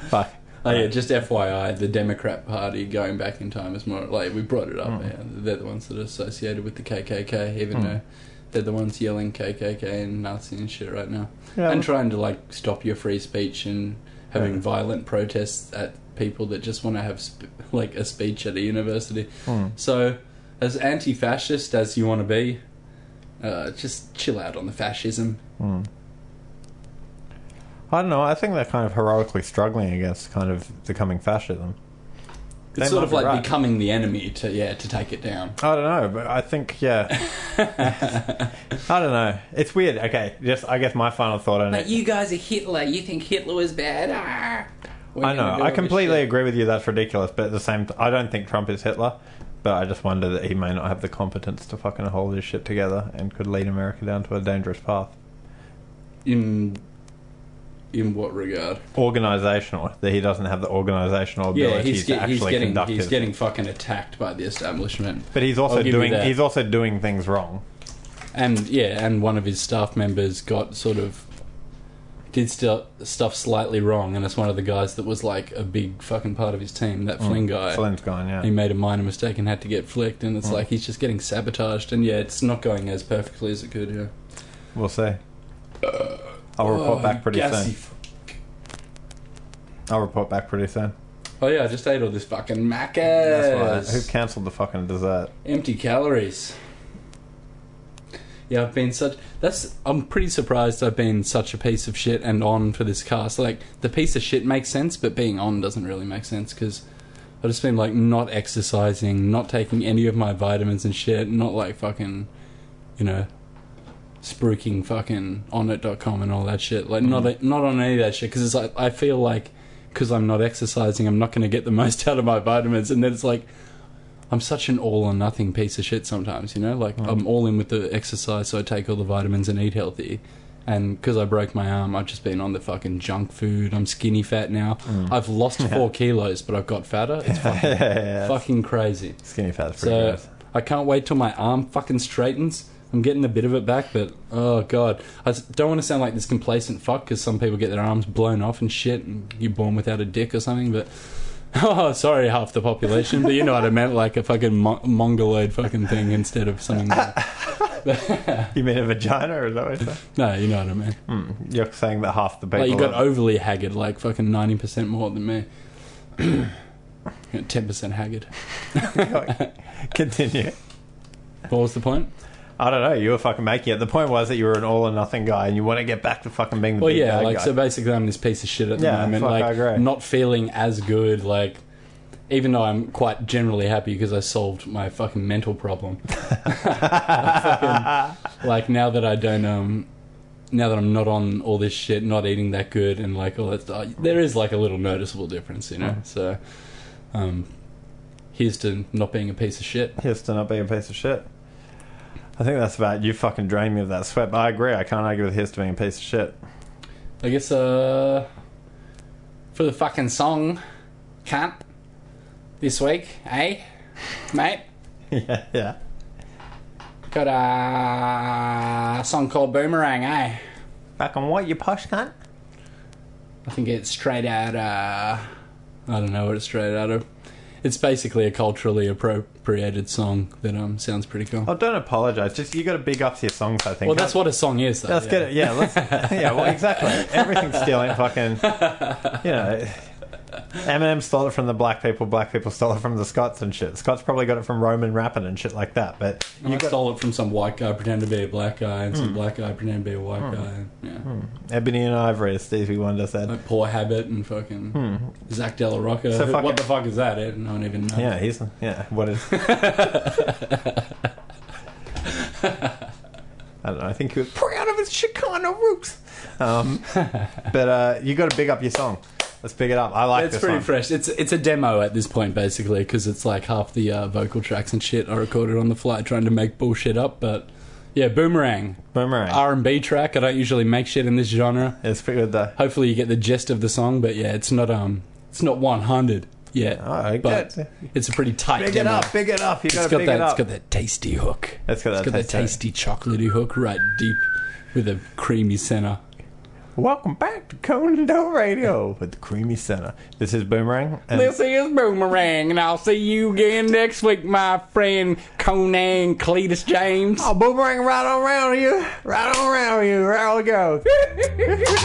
B: Fuck.
D: Oh yeah, just FYI, the Democrat Party going back in time is more like we brought it up.
B: Hmm.
D: Yeah, they're the ones that are associated with the KKK, even though they're the ones yelling KKK and Nazi and shit right now,
B: Yeah.
D: and trying to like stop your free speech and having
B: Yeah.
D: violent protests at people that just want to have sp- like a speech at a university.
B: Hmm.
D: So, as anti-fascist as you want to be, uh, just chill out on the fascism.
B: I don't know. I think they're kind of heroically struggling against kind of the coming fascism.
D: It's
B: They
D: sort
B: might
D: of
B: be
D: like
B: right.
D: becoming the enemy to yeah to take it down.
B: I don't know, but I think yeah. I don't know. It's weird. Okay, just I guess my final thought on it.
E: you guys are Hitler. You think Hitler was bad?
C: Ah.
D: We're
B: I
D: gonna do
B: know.
D: all
B: I
D: this
B: completely
D: shit.
B: agree with you. That's ridiculous. But at the same, t- I don't think Trump is Hitler. But I just wonder that he may not have the competence to fucking hold his shit together and could lead America down to a dangerous path.
D: In in what regard?
B: Organizational. That he doesn't have the organizational ability
D: Yeah, he's,
B: to
D: get,
B: actually
D: he's getting
B: conduct
D: he's
B: his-
D: getting fucking attacked by the establishment.
B: But he's also
D: I'll give you
B: doing
D: that.
B: he's also doing things wrong.
D: And yeah, and one of his staff members got sort of did stu- stuff slightly wrong, and it's one of the guys that was like a big fucking part of his team, that Mm. Flynn Mm. guy.
B: Flynn's gone. Yeah.
D: Uh, He made a minor mistake and had to get flicked, and it's like he's just getting sabotaged, and yeah, it's not going as perfectly as it could. Yeah, Oh,
B: We'll see. I'll report back pretty
D: Uh, gassy
B: soon.
D: f-
B: I'll report back pretty soon.
D: Oh yeah, I just ate all this fucking macas.
B: That's why. Who cancelled the fucking dessert?
D: Empty calories. Yeah, I've been such. That's. I'm pretty surprised I've been such a piece of shit and on for this cast. Like the piece of shit makes sense, but being on doesn't really make sense because I've just been like not exercising, not taking any of my vitamins and shit, not like fucking, you know, spruiking fucking on it.com and all that shit. Like not not on any of that shit because it's like I feel like because I'm not exercising, I'm not going to get the most out of my vitamins, and then it's like. I'm such an all or nothing piece of shit sometimes, you know? Like, I'm all in with the exercise, so I take all the vitamins and eat healthy. And because I broke my arm, I've just been on the fucking junk food. I'm skinny fat now. I've lost four kilos, but I've got fatter. It's fucking, fucking crazy.
B: Skinny fat's pretty
D: So
B: gross.
D: I can't wait till my arm fucking straightens. I'm getting a bit of it back, but oh god, I s- don't want to sound like this complacent fuck because some people get their arms blown off and shit, and you're born without a dick or something. But oh, sorry, half the population, but you know what I meant, like a fucking mo- mongoloid fucking thing instead of something. Like,
B: You mean a vagina or is that what you're saying?
D: no, you know what I mean.
B: You're saying that half the people.
D: Like you got
B: are-
D: overly haggard, like fucking ninety percent more than me. Ten percent haggard.
B: Continue.
D: What was the point?
B: I don't know. You were fucking making it. The point was that you were an all or nothing guy, and you want to get back to fucking being the
D: Well,
B: big
D: yeah,
B: bad
D: like
B: guy.
D: so. Basically, I'm this piece of shit at the
B: Yeah,
D: moment.
B: fuck,
D: like
B: I agree.
D: not feeling as good. Like even though I'm quite generally happy because I solved my fucking mental problem. I fucking- like now that I don't um. Now that I'm not on all this shit, not eating that good, and like all that stuff, there is like a little noticeable difference, you know.
B: Mm.
D: So, um, here's to not being a piece of shit.
B: Here's to not being a piece of shit. I think that's about you. Fucking drained me of that sweat. But I agree. I can't argue with here's to being a piece of shit.
D: I guess uh for the fucking song can't this week, eh? Mate?
B: yeah, yeah.
D: Got a song called Boomerang, eh?
B: Back on what you posh cunt?
D: I think it's straight out uh I don't know what it's straight out of. It's basically a culturally appropriated song that um sounds pretty cool.
B: Oh, don't apologize. Just you got to big up to your songs. I think.
D: well that's what a song is though.
B: Let's get it. Yeah, let's. Yeah, well, exactly. Everything's stealing fucking. You know, Eminem stole it from the black people. Black people stole it from the Scots and shit. Scots probably got it from Roman rapping and shit like that. But
D: You stole it from some white guy pretending to be a black guy and some
B: Hmm.
D: black guy pretending to be a white guy. Yeah.
B: Ebony and Ivory, as Stevie Wonder said.
D: Like Poor Habit and fucking Zach Della Rocca.
B: Hmm. So
D: Who-
B: fucking-
D: what the fuck is that? I don't even know.
B: Yeah, he's yeah. What is? I don't know. I think he was proud of his Chicano roots. Um, but uh, you got to big up your song. Let's big it up. I like
D: It's
B: this
D: pretty
B: one.
D: fresh. It's it's a demo at this point, basically, because it's like half the uh, vocal tracks and shit are recorded on the fly, trying to make bullshit up. But yeah, boomerang
B: Boomerang.
D: R and B track. I don't usually make shit in this genre.
B: it's pretty good though.
D: Hopefully, you get the gist of the song. But yeah, it's not um, it's not one hundred yet.
B: I
D: but
B: get-
D: it's a pretty tight
B: Oh, Big it
D: demo.
B: up. Big it up. You got
D: It's
B: to
D: got
B: big
D: that.
B: it up.
D: It's got that tasty hook.
B: It's got that
D: it's got that
B: tasty-
D: tasty chocolatey hook right deep with a creamy center.
B: Welcome back to Conan Doe Radio with the Creamy Center. This is Boomerang. And
C: This is Boomerang, and I'll see you again next week, my friend Conan Cletus James.
B: oh, Boomerang, right on around you. Right on around you. Right on go.